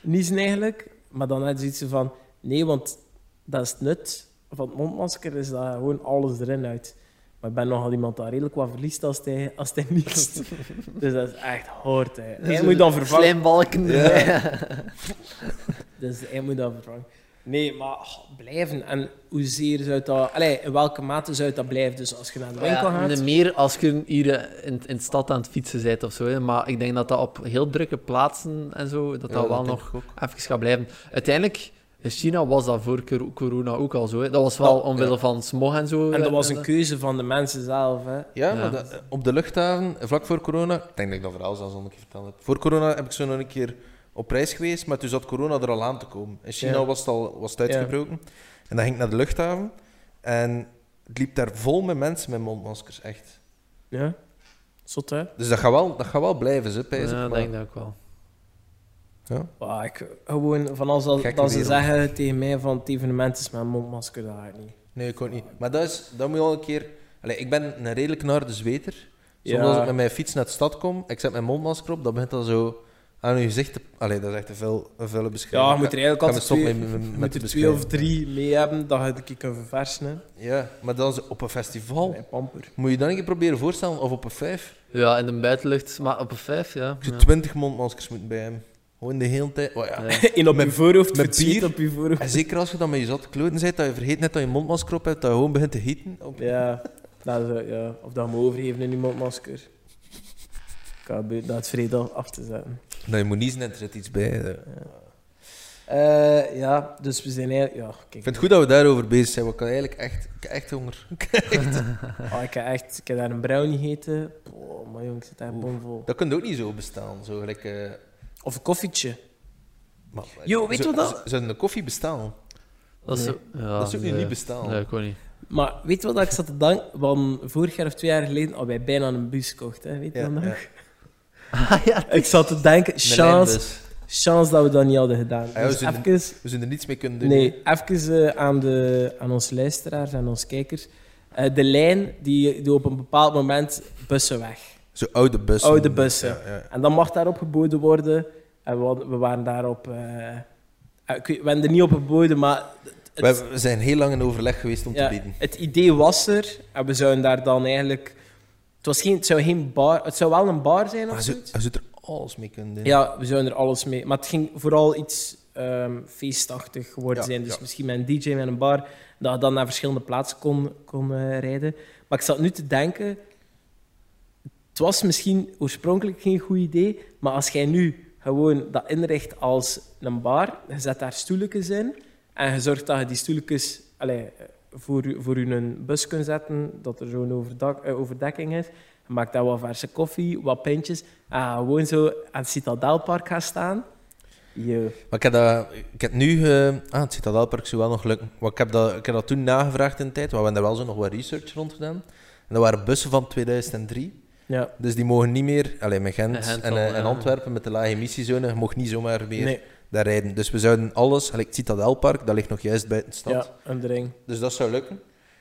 Speaker 2: niezen eigenlijk. Maar dan had je zoiets van, nee, want dat is het nut van het mondmasker, is dat gewoon alles erin uit. Maar ik ben nogal iemand dat redelijk wat verliest als hij, als hij [laughs] niest. dus dat is echt hard. Hè.
Speaker 3: Dus
Speaker 2: Jij moet dan vervangen.
Speaker 3: Slijmbalken.
Speaker 1: Ja.
Speaker 3: [laughs]
Speaker 2: Dus hij moet dat vervangen. Nee, maar oh, blijven. En hoezeer zou dat... Allee, in welke mate zou dat blijven? Dus als je naar de winkel
Speaker 3: Ja,
Speaker 2: gaat...
Speaker 3: meer als je hier eh, in, in de stad aan het fietsen bent of zo. hè. Maar ik denk dat dat op heel drukke plaatsen en zo, dat dat
Speaker 1: ja,
Speaker 3: wel
Speaker 1: denk
Speaker 3: nog
Speaker 1: ik ook.
Speaker 3: even gaat blijven. Uiteindelijk, in China was dat voor cor- corona ook al zo. Hè. Dat was wel
Speaker 2: Dat-
Speaker 3: omwille van smog en zo.
Speaker 2: En dat was een
Speaker 3: eh,
Speaker 2: keuze van de mensen zelf, hè.
Speaker 1: Ja,
Speaker 3: Ja.
Speaker 1: maar dat- eh, op de luchthaven, eh, vlak voor corona... Ik denk dat ik dat verhaal zelfs al een keer verteld heb. Voor corona heb ik zo nog een keer op reis geweest, maar toen zat corona er al aan te komen. In China
Speaker 2: Ja.
Speaker 1: was, het al, was het uitgebroken. En dan ging ik naar de luchthaven. En het liep daar vol met mensen met mondmaskers, echt.
Speaker 2: Ja. Zot, hè?
Speaker 1: Dus dat gaat wel, dat gaat wel blijven, ze, pijs ik,
Speaker 3: Ja,
Speaker 1: maar-
Speaker 3: denk dat ook wel.
Speaker 2: Bah, ik, gewoon, van als dat,
Speaker 1: Gekke
Speaker 2: dat ze
Speaker 1: wereld.
Speaker 2: zeggen tegen mij van het evenement is mijn mondmasker, dat ga ik niet.
Speaker 1: Nee, ik ook niet. Maar dat, is, dat moet je al een keer... Allee, ik ben een redelijk narde zweter. Soms
Speaker 2: Ja.
Speaker 1: als ik met mijn fiets naar de stad kom, ik zet mijn mondmasker op, dan begint dat zo aan je gezicht te... Allee, dat is echt een, vuil, een vuile
Speaker 2: Ja,
Speaker 1: beschrijving.
Speaker 2: je moet er eigenlijk
Speaker 1: Ga- ga
Speaker 2: altijd
Speaker 1: me
Speaker 2: twee,
Speaker 1: stoppen met- met-
Speaker 2: je
Speaker 1: met
Speaker 2: moet
Speaker 1: te
Speaker 2: er twee of
Speaker 1: beschrijven.
Speaker 2: drie mee hebben, dat je ik kan verversen, hè.
Speaker 1: Ja, maar dan is op een festival.
Speaker 2: Mijn pamper.
Speaker 1: Moet je dan een keer proberen voorstellen, of op een vijf.
Speaker 3: Ja, in de buitenlucht, maar op een vijf, ja.
Speaker 1: Ik zou
Speaker 3: Ja.
Speaker 1: twintig mondmaskers moeten bij hem. Gewoon de hele tijd. Oh, ja.
Speaker 3: Ja.
Speaker 2: Eén op
Speaker 1: Met-
Speaker 2: je voorhoofd,
Speaker 1: met
Speaker 2: met bier
Speaker 1: bier?
Speaker 2: op je voorhoofd.
Speaker 1: En zeker als je dan met je zat kloten bent, dat je vergeet net dat je mondmasker op hebt, dat je gewoon begint te hieten. Op...
Speaker 2: Ja, dat is, eh, ja. of dat me overgeven in iemand masker. Ik ga be- dat het vrede af te zetten.
Speaker 1: Dat je moet niezen en er zit iets bij. eh.
Speaker 2: Ja. Eh, ja, dus we zijn eigenlijk... Ja,
Speaker 1: Ik
Speaker 2: kijk.
Speaker 1: vind het goed dat we daarover bezig zijn, want ik had eigenlijk echt, ik heb echt honger. [laughs]
Speaker 2: Ah, ik, heb echt, ik heb daar een brownie gegeten. Oh, maar jong, ik zit daar
Speaker 1: Oeh.
Speaker 2: bomvol.
Speaker 1: Dat kun je ook niet zo bestaan. Zo, gelijk, eh,
Speaker 2: Of een koffietje.
Speaker 1: maar-
Speaker 2: Yo, weet je
Speaker 1: zou-
Speaker 2: wat dat-
Speaker 1: zou- Zou een koffie bestaan?
Speaker 3: Dat is,
Speaker 2: Nee.
Speaker 3: zo- ja,
Speaker 1: dat is ook
Speaker 3: Ah, nee.
Speaker 1: niet bestaan.
Speaker 3: Nee, ik
Speaker 1: [laughs]
Speaker 3: weet niet.
Speaker 2: Maar weet je wat ik zat te denken? Want vorig jaar of twee jaar geleden hadden wij bijna een bus gekocht. Hè? Weet je
Speaker 1: Ja,
Speaker 2: dat nog?
Speaker 1: ja.
Speaker 2: Ik zat te denken,
Speaker 3: Een
Speaker 2: chance,
Speaker 3: lijnbus.
Speaker 2: chance dat we dat niet hadden gedaan.
Speaker 1: ja, we
Speaker 2: Dus
Speaker 1: zullen-
Speaker 2: even...
Speaker 1: We zullen er niets mee kunnen doen.
Speaker 2: Nee, even eh, aan, de, aan onze luisteraars en onze kijkers. Eh, de lijn die, die op een bepaald moment bussen weg.
Speaker 1: Zo oude bussen.
Speaker 2: Oude bussen.
Speaker 1: Ja, ja.
Speaker 2: En dan mag daarop geboden worden. En we, hadden- we waren daarop. eh, eh, ik weet- we hebben er niet op geboden, maar.
Speaker 1: We, hebben- we zijn heel lang in overleg geweest om
Speaker 2: ja,
Speaker 1: te bieden.
Speaker 2: het idee was er. En we zouden daar dan eigenlijk. Het, was geen, het zou geen bar. Het zou wel een bar zijn
Speaker 1: Maar je
Speaker 2: of
Speaker 1: zou-
Speaker 2: zoiets.
Speaker 1: je zou er alles mee kunnen doen.
Speaker 2: Ja, we zouden er alles mee. Maar het ging vooral iets ehm, feestachtig geworden
Speaker 1: Ja,
Speaker 2: zijn. Dus
Speaker 1: ja.
Speaker 2: misschien met een DJ, met een bar. Dat je dan naar verschillende plaatsen kon, kon eh, rijden. Maar ik zat nu te denken. Het was misschien oorspronkelijk geen goed idee. Maar als jij nu gewoon dat inricht als een bar. Je zet daar stoeltjes in. En je zorgt dat je die stoeltjes allee, voor, u- voor u een bus kunt zetten. Dat er zo'n overdak, eh, overdekking is. Je maakt daar wat verse koffie, wat pintjes. Ah, gewoon zo aan het Citadelpark gaan staan. Yo.
Speaker 1: Maar ik heb, dat, ik heb nu... eh, ah, het Citadelpark zou wel nog lukken. Maar ik heb, dat, ik heb dat toen nagevraagd in de tijd. Maar we hebben daar wel zo nog wat research rond gedaan. En dat waren bussen van 2003.
Speaker 2: Ja.
Speaker 1: Dus die mogen niet meer... Alleen met Gent
Speaker 3: En
Speaker 1: en,
Speaker 3: Gent
Speaker 1: eh,
Speaker 3: al,
Speaker 1: en,
Speaker 3: ja.
Speaker 1: Antwerpen met de lage emissiezone. Je mocht niet zomaar meer
Speaker 2: Nee,
Speaker 1: daar rijden. Dus we zouden alles... allee, Het Citadelpark, dat ligt nog juist buiten de stad.
Speaker 2: ja, een ring.
Speaker 1: Dus dat zou lukken.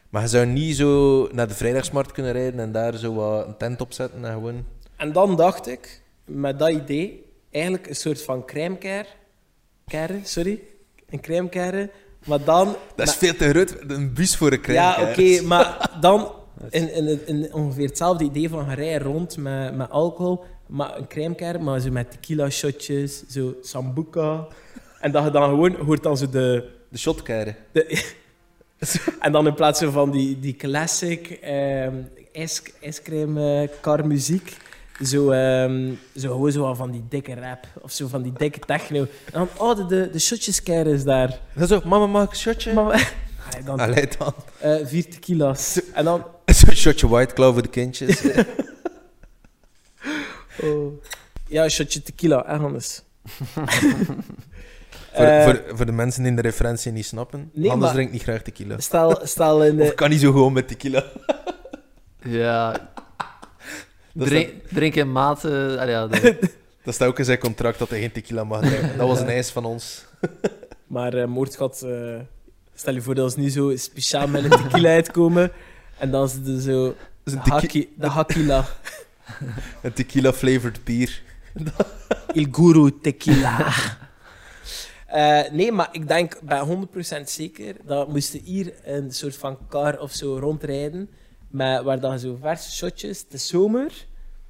Speaker 1: Maar je zou niet zo naar de vrijdagsmarkt kunnen rijden en daar zo wat een tent opzetten en gewoon...
Speaker 2: En dan dacht ik, met dat idee, eigenlijk een soort van crèmekern. Kern, sorry. Een crèmekern. Maar dan...
Speaker 1: Dat is
Speaker 2: maar-
Speaker 1: veel te groot. Een bus voor een
Speaker 2: ja,
Speaker 1: krijnkaart.
Speaker 2: oké, maar dan... In, in, in, ongeveer hetzelfde idee van je rijdt rond met, met alcohol, maar een crèmekern, maar zo met tequila shotjes, zo sambuca. En dat je dan gewoon hoort dan zo de,
Speaker 1: De shotkeren.
Speaker 2: De- en dan in plaats van die, die classic ehm ijs, ijscream eh, kar muziek, zo, ehm, zo gewoon zo wat van die dikke rap of zo van die dikke techno. En dan, oh, de, de, de shotjeskar is daar.
Speaker 1: Dat is ook, mama, mag ik een shotje?
Speaker 2: Maar we- [laughs] Allee,
Speaker 1: [laughs]
Speaker 2: dan,
Speaker 1: Allee [laughs] dan.
Speaker 2: eh, vier tequila's. En dan,
Speaker 1: Zo'n shotje White Claw voor de [laughs] kindjes.
Speaker 2: oh. ja, een shotje tequila, hè,
Speaker 1: [laughs]
Speaker 2: Hannes?
Speaker 1: voor,
Speaker 2: Eh,
Speaker 1: voor, voor de mensen die de referentie niet snappen.
Speaker 2: nee,
Speaker 1: Anders
Speaker 2: maar-
Speaker 1: drinkt niet graag tequila.
Speaker 2: Stel, stel in
Speaker 1: Of
Speaker 2: de...
Speaker 1: kan niet zo gewoon met tequila.
Speaker 3: Ja.
Speaker 1: Dat is
Speaker 3: Drink, drink in mate. ah
Speaker 1: [laughs]
Speaker 3: ja, dat-
Speaker 1: Dat staat ook in zijn contract dat hij geen tequila mag drinken. [laughs] Dat was een eis van ons.
Speaker 2: Maar eh, Moordgat, eh, stel je voor dat ze nu zo speciaal met een tequila uitkomen en dan ze er zo...
Speaker 1: Dat is
Speaker 2: De,
Speaker 1: een, tequi-
Speaker 2: haki, de Hakila.
Speaker 1: een tequila-flavored bier.
Speaker 2: Il Guru Tequila. Eh, nee, maar ik denk bij 100% zeker dat moesten hier een soort van kar of zo rondrijden. Met, waar dan zo verse shotjes, de zomer.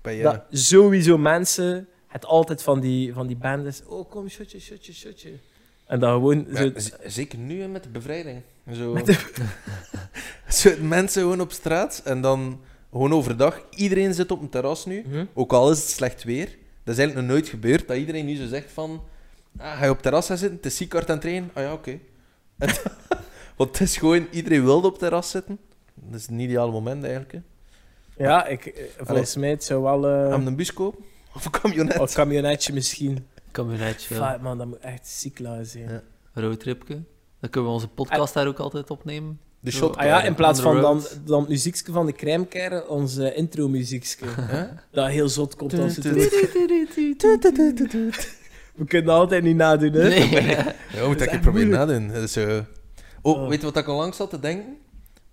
Speaker 1: Bij eh, jou.
Speaker 2: Dat sowieso mensen het altijd van die, van die bandes. Oh, kom, shotje, shotje, shotje. En dan gewoon.
Speaker 1: Ja,
Speaker 2: zo,
Speaker 1: z- zeker nu hè, met de bevrijding. Zo. [laughs] Zo, mensen gewoon op straat en dan gewoon overdag. Iedereen zit op een terras nu,
Speaker 3: Hm?
Speaker 2: Mhm.
Speaker 1: ook al is het slecht weer. Dat is eigenlijk nog nooit gebeurd dat iedereen nu zo zegt van... Ah, ga je op het terras gaan zitten? Het is ziek hard aan het trainen. Ah ja, oké. [laughs] En- Want het is gewoon... Iedereen wilde op het terras zitten. Dat is een ideaal moment eigenlijk. Hè.
Speaker 2: ja, ik, eh, volgens mij het zou wel.
Speaker 1: Gaan
Speaker 2: eh
Speaker 1: we een bus kopen? Of een camionet?
Speaker 2: een camionetje misschien.
Speaker 3: Combinatie. ja.
Speaker 2: Fuck, man, dat moet echt ziek laag zijn.
Speaker 1: Ja.
Speaker 3: Roadtripje. Dan kunnen we onze podcast daar ook altijd opnemen.
Speaker 1: De
Speaker 3: Zo.
Speaker 1: shotcar.
Speaker 2: Ah ja, in
Speaker 3: en-
Speaker 2: plaats
Speaker 3: On the
Speaker 2: van dan,
Speaker 3: road.
Speaker 2: dan het muziekje van de crèmekern, onze intro-muziekje.
Speaker 1: Hè?
Speaker 2: Dat heel zot komt als het...
Speaker 1: Tuut, tuut,
Speaker 2: [laughs] We kunnen dat altijd niet nadoen,
Speaker 1: [laughs]
Speaker 2: hè?
Speaker 3: Nee.
Speaker 1: Ja, we moeten
Speaker 2: Dat
Speaker 1: dat
Speaker 2: is
Speaker 1: ik
Speaker 2: echt
Speaker 1: proberen nadoen. Dat is, eh, Oh,
Speaker 2: Oh.
Speaker 1: weet je wat ik onlangs zat te denken?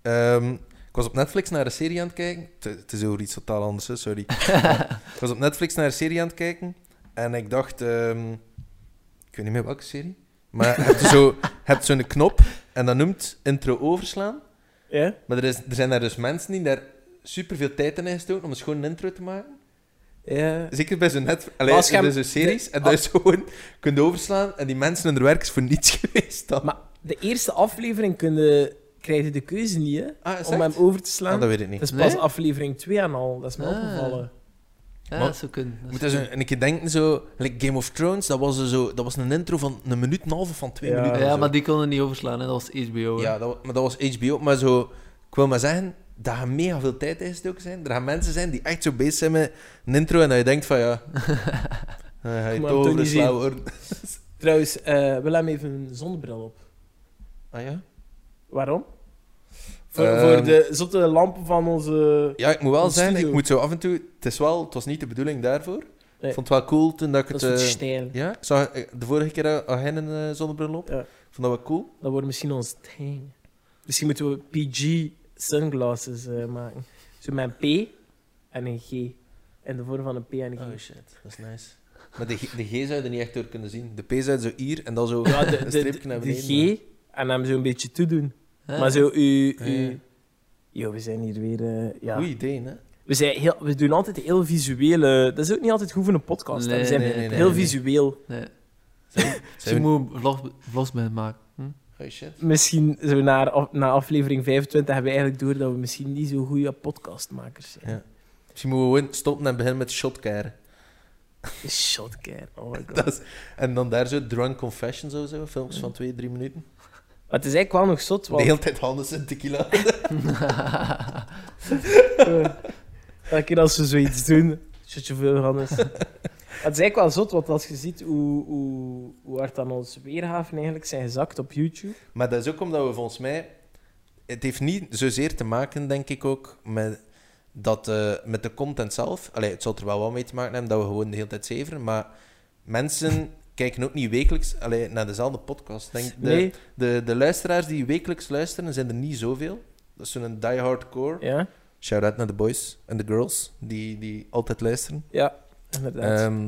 Speaker 1: Ehm, ik was op Netflix naar een serie aan het kijken. Het- Het is over iets totaal anders, hè,
Speaker 2: [laughs]
Speaker 1: sorry. ik was op Netflix naar een serie aan het kijken. En ik dacht... ehm, ik weet niet meer welke serie. Maar
Speaker 2: [laughs]
Speaker 1: je hebt zo- je hebt zo'n knop en dat noemt intro overslaan.
Speaker 2: Ja?
Speaker 1: Maar er, is, er zijn daar dus mensen die daar superveel tijd in hebben gestoken om eens gewoon een intro te maken.
Speaker 2: Ja.
Speaker 1: Zeker bij zo'n net,
Speaker 2: Maar
Speaker 1: allee,
Speaker 2: als je hem- Ah.
Speaker 1: bij zo'n series. En dat je zo gewoon kunt overslaan en die mensen hun werk is voor niets [laughs] geweest dan.
Speaker 2: Maar de eerste aflevering kunnen, krijg je de keuze niet, hè?
Speaker 1: Ah, is
Speaker 2: Om
Speaker 1: echt?
Speaker 2: hem over te
Speaker 1: Ah,
Speaker 2: slaan.
Speaker 1: dat weet ik niet.
Speaker 2: dat is pas
Speaker 3: Nee?
Speaker 2: aflevering 2 en al. Dat is me
Speaker 3: Ah.
Speaker 2: opgevallen.
Speaker 3: [laughs] Ja,
Speaker 1: Maar-
Speaker 3: dat zou kunnen. dat
Speaker 1: Moet
Speaker 3: zou
Speaker 1: eens een, een keer denken, zo, like Game of Thrones, dat was, zo, dat was een intro van een minuut en een half of van twee
Speaker 2: Ja.
Speaker 1: minuten.
Speaker 3: kunnen. Ja,
Speaker 1: of zo.
Speaker 3: maar die konden niet overslaan, hè. dat was HBO. hè.
Speaker 1: Ja, dat, wa- maar dat was HBO. Maar zo, ik wil maar zeggen, dat gaat mega veel tijd ingestoken zijn. Er gaan mensen zijn die echt zo bezig zijn met een intro en dat je denkt van
Speaker 2: [laughs]
Speaker 1: ja... dan ga je
Speaker 2: Maar
Speaker 1: toch over
Speaker 2: Tony
Speaker 1: de
Speaker 2: zien.
Speaker 1: slaap worden.
Speaker 2: Trouwens, eh wil hem even een zonnebril op.
Speaker 1: Ah ja?
Speaker 2: Waarom? Voor,
Speaker 1: Ehm.
Speaker 2: voor de zotte lampen van onze...
Speaker 1: Ja, ik moet wel
Speaker 2: Een
Speaker 1: zeggen, ik
Speaker 2: studio.
Speaker 1: moet zo af en toe... Het, is wel, het was niet de bedoeling daarvoor.
Speaker 2: Nee.
Speaker 1: Ik vond het wel cool toen dat ik
Speaker 2: Dat
Speaker 1: het...
Speaker 2: is
Speaker 1: eh,
Speaker 2: te stijl.
Speaker 1: ja, ik zag eh, de vorige keer eh, had hij een eh, zonnebril op.
Speaker 2: Ja.
Speaker 1: Ik vond dat wel cool.
Speaker 2: Dat wordt misschien ons ding. Misschien moeten we PG sunglasses eh, maken. Zo met een P en een G. In de vorm van een P en een G.
Speaker 1: shit, dat is nice. Maar de, G- de G zou je er niet echt door kunnen zien. De P zou je zo hier en dan zo
Speaker 2: ja,
Speaker 1: [laughs]
Speaker 2: de,
Speaker 1: een
Speaker 2: de,
Speaker 1: streepje
Speaker 2: de,
Speaker 1: naar
Speaker 2: de
Speaker 1: beneden.
Speaker 2: G en hem zo een beetje toedoen.
Speaker 3: Ja.
Speaker 2: Maar zo u...
Speaker 1: Ja,
Speaker 2: u
Speaker 1: ja.
Speaker 2: Yo, we zijn hier weer... eh, ja.
Speaker 1: Goed idee, hè?
Speaker 2: We, zijn heel, we doen altijd heel visuele... Dat is ook niet altijd goed voor een podcast. hè. we
Speaker 3: Nee,
Speaker 2: zijn
Speaker 1: nee, nee, nee,
Speaker 2: heel
Speaker 1: nee.
Speaker 2: visueel.
Speaker 3: Nee.
Speaker 2: [laughs]
Speaker 3: Ze
Speaker 1: Zijn we-
Speaker 3: moet vlog, vlogs met hem maken. Hm?
Speaker 1: Oh shit.
Speaker 2: Misschien zo na, af- na aflevering 25 hebben we eigenlijk door dat we misschien niet zo goede podcastmakers zijn.
Speaker 1: Ja. Misschien moeten we gewoon stoppen en beginnen met shotcare.
Speaker 2: Shotcare,
Speaker 1: [laughs]
Speaker 2: oh my god.
Speaker 1: Dat is- en dan daar zo drunk confessions of zo, films van twee, drie minuten.
Speaker 2: Maar het is eigenlijk wel nog zot,
Speaker 1: De
Speaker 2: want
Speaker 1: hele tijd handen in tequila.
Speaker 2: eh, elke keer als we zoiets doen, shit je veel van is.
Speaker 1: [laughs]
Speaker 2: Maar het is eigenlijk wel zot, want als je ziet hoe, hoe, hoe hard dan onze weerhaven eigenlijk zijn gezakt op YouTube.
Speaker 1: Maar dat is ook omdat we volgens mij... Het heeft niet zozeer te maken, denk ik ook, met, dat, eh, met de content zelf. Allee, het zal er wel wel mee te maken hebben dat we gewoon de hele tijd zeveren. Maar
Speaker 2: [laughs]
Speaker 1: mensen kijken ook niet wekelijks allee, naar dezelfde podcast. Denk, de,
Speaker 2: Nee,
Speaker 1: de, de luisteraars die wekelijks luisteren, zijn er niet zoveel. Dat is zo'n die-hard core.
Speaker 2: ja,
Speaker 1: Shout-out naar de boys en de girls die, die altijd luisteren.
Speaker 2: ja, inderdaad.
Speaker 1: Ehm,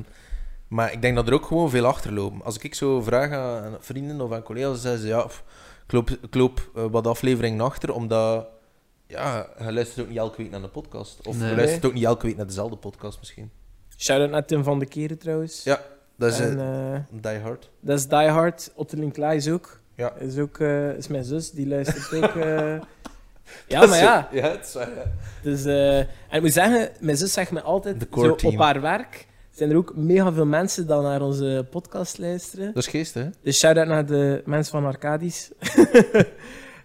Speaker 1: maar ik denk dat er ook gewoon veel achterlopen. Als ik zo vraag aan aan vrienden of aan collega's, dan zeggen ze ja, pff, ik loop, ik loop eh, wat afleveringen achter, omdat ja, je luistert ook niet elke week naar een podcast. Of
Speaker 3: Nee.
Speaker 1: je luistert ook niet elke week naar dezelfde podcast misschien.
Speaker 2: Shout-out naar Tim van de Keren trouwens.
Speaker 1: Ja, Dat is
Speaker 2: en,
Speaker 1: eh,
Speaker 2: eh,
Speaker 1: die hard.
Speaker 2: dat is Die Hard, Otterling Klaes ook.
Speaker 1: Ja.
Speaker 2: Is ook, eh, is mijn zus, die luistert
Speaker 1: [laughs]
Speaker 2: ook. eh. Ja,
Speaker 1: Dat
Speaker 2: maar
Speaker 1: is-
Speaker 2: ja.
Speaker 1: [laughs] Ja, het is waar, ja.
Speaker 2: Dus, eh, en ik moet zeggen, mijn zus zegt me altijd,
Speaker 1: De core
Speaker 2: zo,
Speaker 1: team.
Speaker 2: op haar werk zijn er ook mega veel mensen die naar onze podcast luisteren.
Speaker 1: Dat is geest, hè?
Speaker 2: Dus shout-out naar de mensen van Arcadis. [laughs]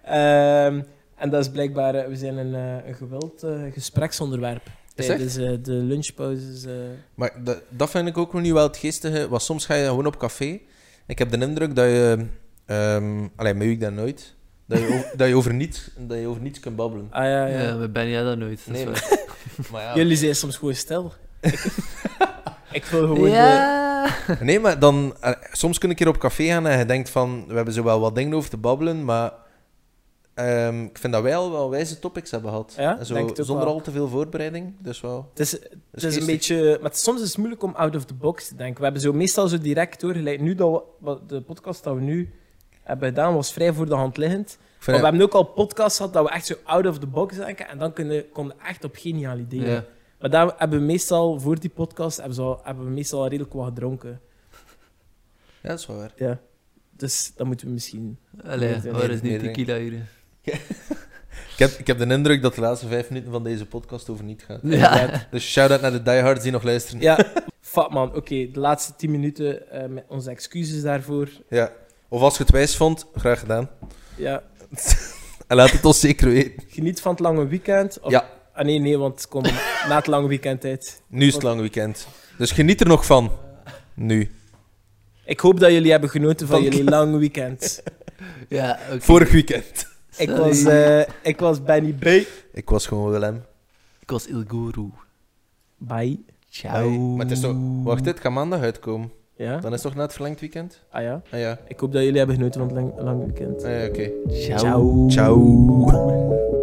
Speaker 2: Ehm, en dat is blijkbaar, eh, we zijn een, eh, een gewild eh, gespreksonderwerp.
Speaker 1: Is
Speaker 2: Tijdens eh, de lunchpauzes. eh.
Speaker 1: Maar dat, dat vind ik ook nog niet wel het geestige. Want soms ga je gewoon op café. Ik heb de indruk dat je... ehm allee, met wie ik dat nooit. Dat je, over, [laughs] dat je, over, niets, dat je over niets kunt babbelen.
Speaker 2: Ah ja, ja.
Speaker 3: Ja, met Benny had dat nooit. Dat
Speaker 1: Nee,
Speaker 3: is waar.
Speaker 1: Maar ja.
Speaker 2: Jullie zijn soms gewoon
Speaker 1: [laughs]
Speaker 2: stil. ik, ik wil gewoon... de-
Speaker 3: ja.
Speaker 1: Nee, maar dan... eh, soms kun ik hier op café gaan en je denkt van... We hebben zo wel wat dingen over te babbelen, maar... ehm, ik vind dat wij al wel wijze topics hebben gehad.
Speaker 2: Ja,
Speaker 1: En zo,
Speaker 2: denk het ook
Speaker 1: zonder
Speaker 2: wel.
Speaker 1: al te veel voorbereiding. Dus wel...
Speaker 2: het is,
Speaker 1: dat
Speaker 2: Het is een
Speaker 1: geestig.
Speaker 2: beetje, maar het is- soms is het moeilijk om out of the box te denken. We hebben zo meestal zo direct door. gelijk Nu dat we- wat de podcast dat we nu hebben gedaan was vrij voor de hand liggend.
Speaker 1: Ik
Speaker 2: Maar
Speaker 1: vind
Speaker 2: we
Speaker 1: het-
Speaker 2: hebben ook al podcasts gehad dat we echt zo out of the box denken. En dan kunnen, komen we echt op geniale ideeën.
Speaker 3: Ja.
Speaker 2: Maar daar hebben we meestal, voor die podcast, hebben, ze al- hebben we meestal al redelijk wat gedronken.
Speaker 1: Ja, dat is wel waar.
Speaker 2: Ja. Dus dat moeten we misschien.
Speaker 3: Allee,
Speaker 2: Nee,
Speaker 3: waar
Speaker 1: nee,
Speaker 3: is die
Speaker 1: nee.
Speaker 3: tequila hier?
Speaker 1: Ik heb, ik heb de indruk dat de laatste vijf minuten van deze podcast over niet gaat. [laughs]
Speaker 3: Ja.
Speaker 1: Dus shout-out naar de diehards die nog luisteren.
Speaker 2: Ja, fat man. Oké, de laatste 10 minuten eh, met onze excuses daarvoor.
Speaker 1: Ja. Of als je het wijs vond, graag gedaan.
Speaker 2: Ja,
Speaker 1: En laat het ons zeker weten.
Speaker 2: geniet van het lange weekend. Of-
Speaker 1: Ja.
Speaker 2: Ah nee, nee, want het komt [laughs] na het lange weekend uit.
Speaker 1: Nu is het lang weekend. Dus geniet er nog van. Nu.
Speaker 2: Ik hoop dat jullie hebben genoten van
Speaker 1: Dank.
Speaker 2: jullie
Speaker 1: [laughs]
Speaker 2: lang weekend.
Speaker 3: Ja, oké.
Speaker 1: Vorig weekend.
Speaker 2: ik,
Speaker 3: Sorry.
Speaker 2: was, eh, ik was Benny B.
Speaker 1: Ik was gewoon Willem.
Speaker 3: Ik was Il Guru.
Speaker 2: Bye.
Speaker 3: Ciao.
Speaker 1: Hey, Maar het is toch...
Speaker 2: Mm.
Speaker 1: Wacht, dit gaat maandag uitkomen.
Speaker 2: Ja?
Speaker 1: Dan is het toch na het verlengd weekend?
Speaker 2: Ah ja.
Speaker 1: Ah ja.
Speaker 2: Ik hoop dat jullie hebben genoten van het lang, lang weekend.
Speaker 1: Ah ja, oké.
Speaker 3: Ciao.
Speaker 2: Ciao.
Speaker 1: Ciao.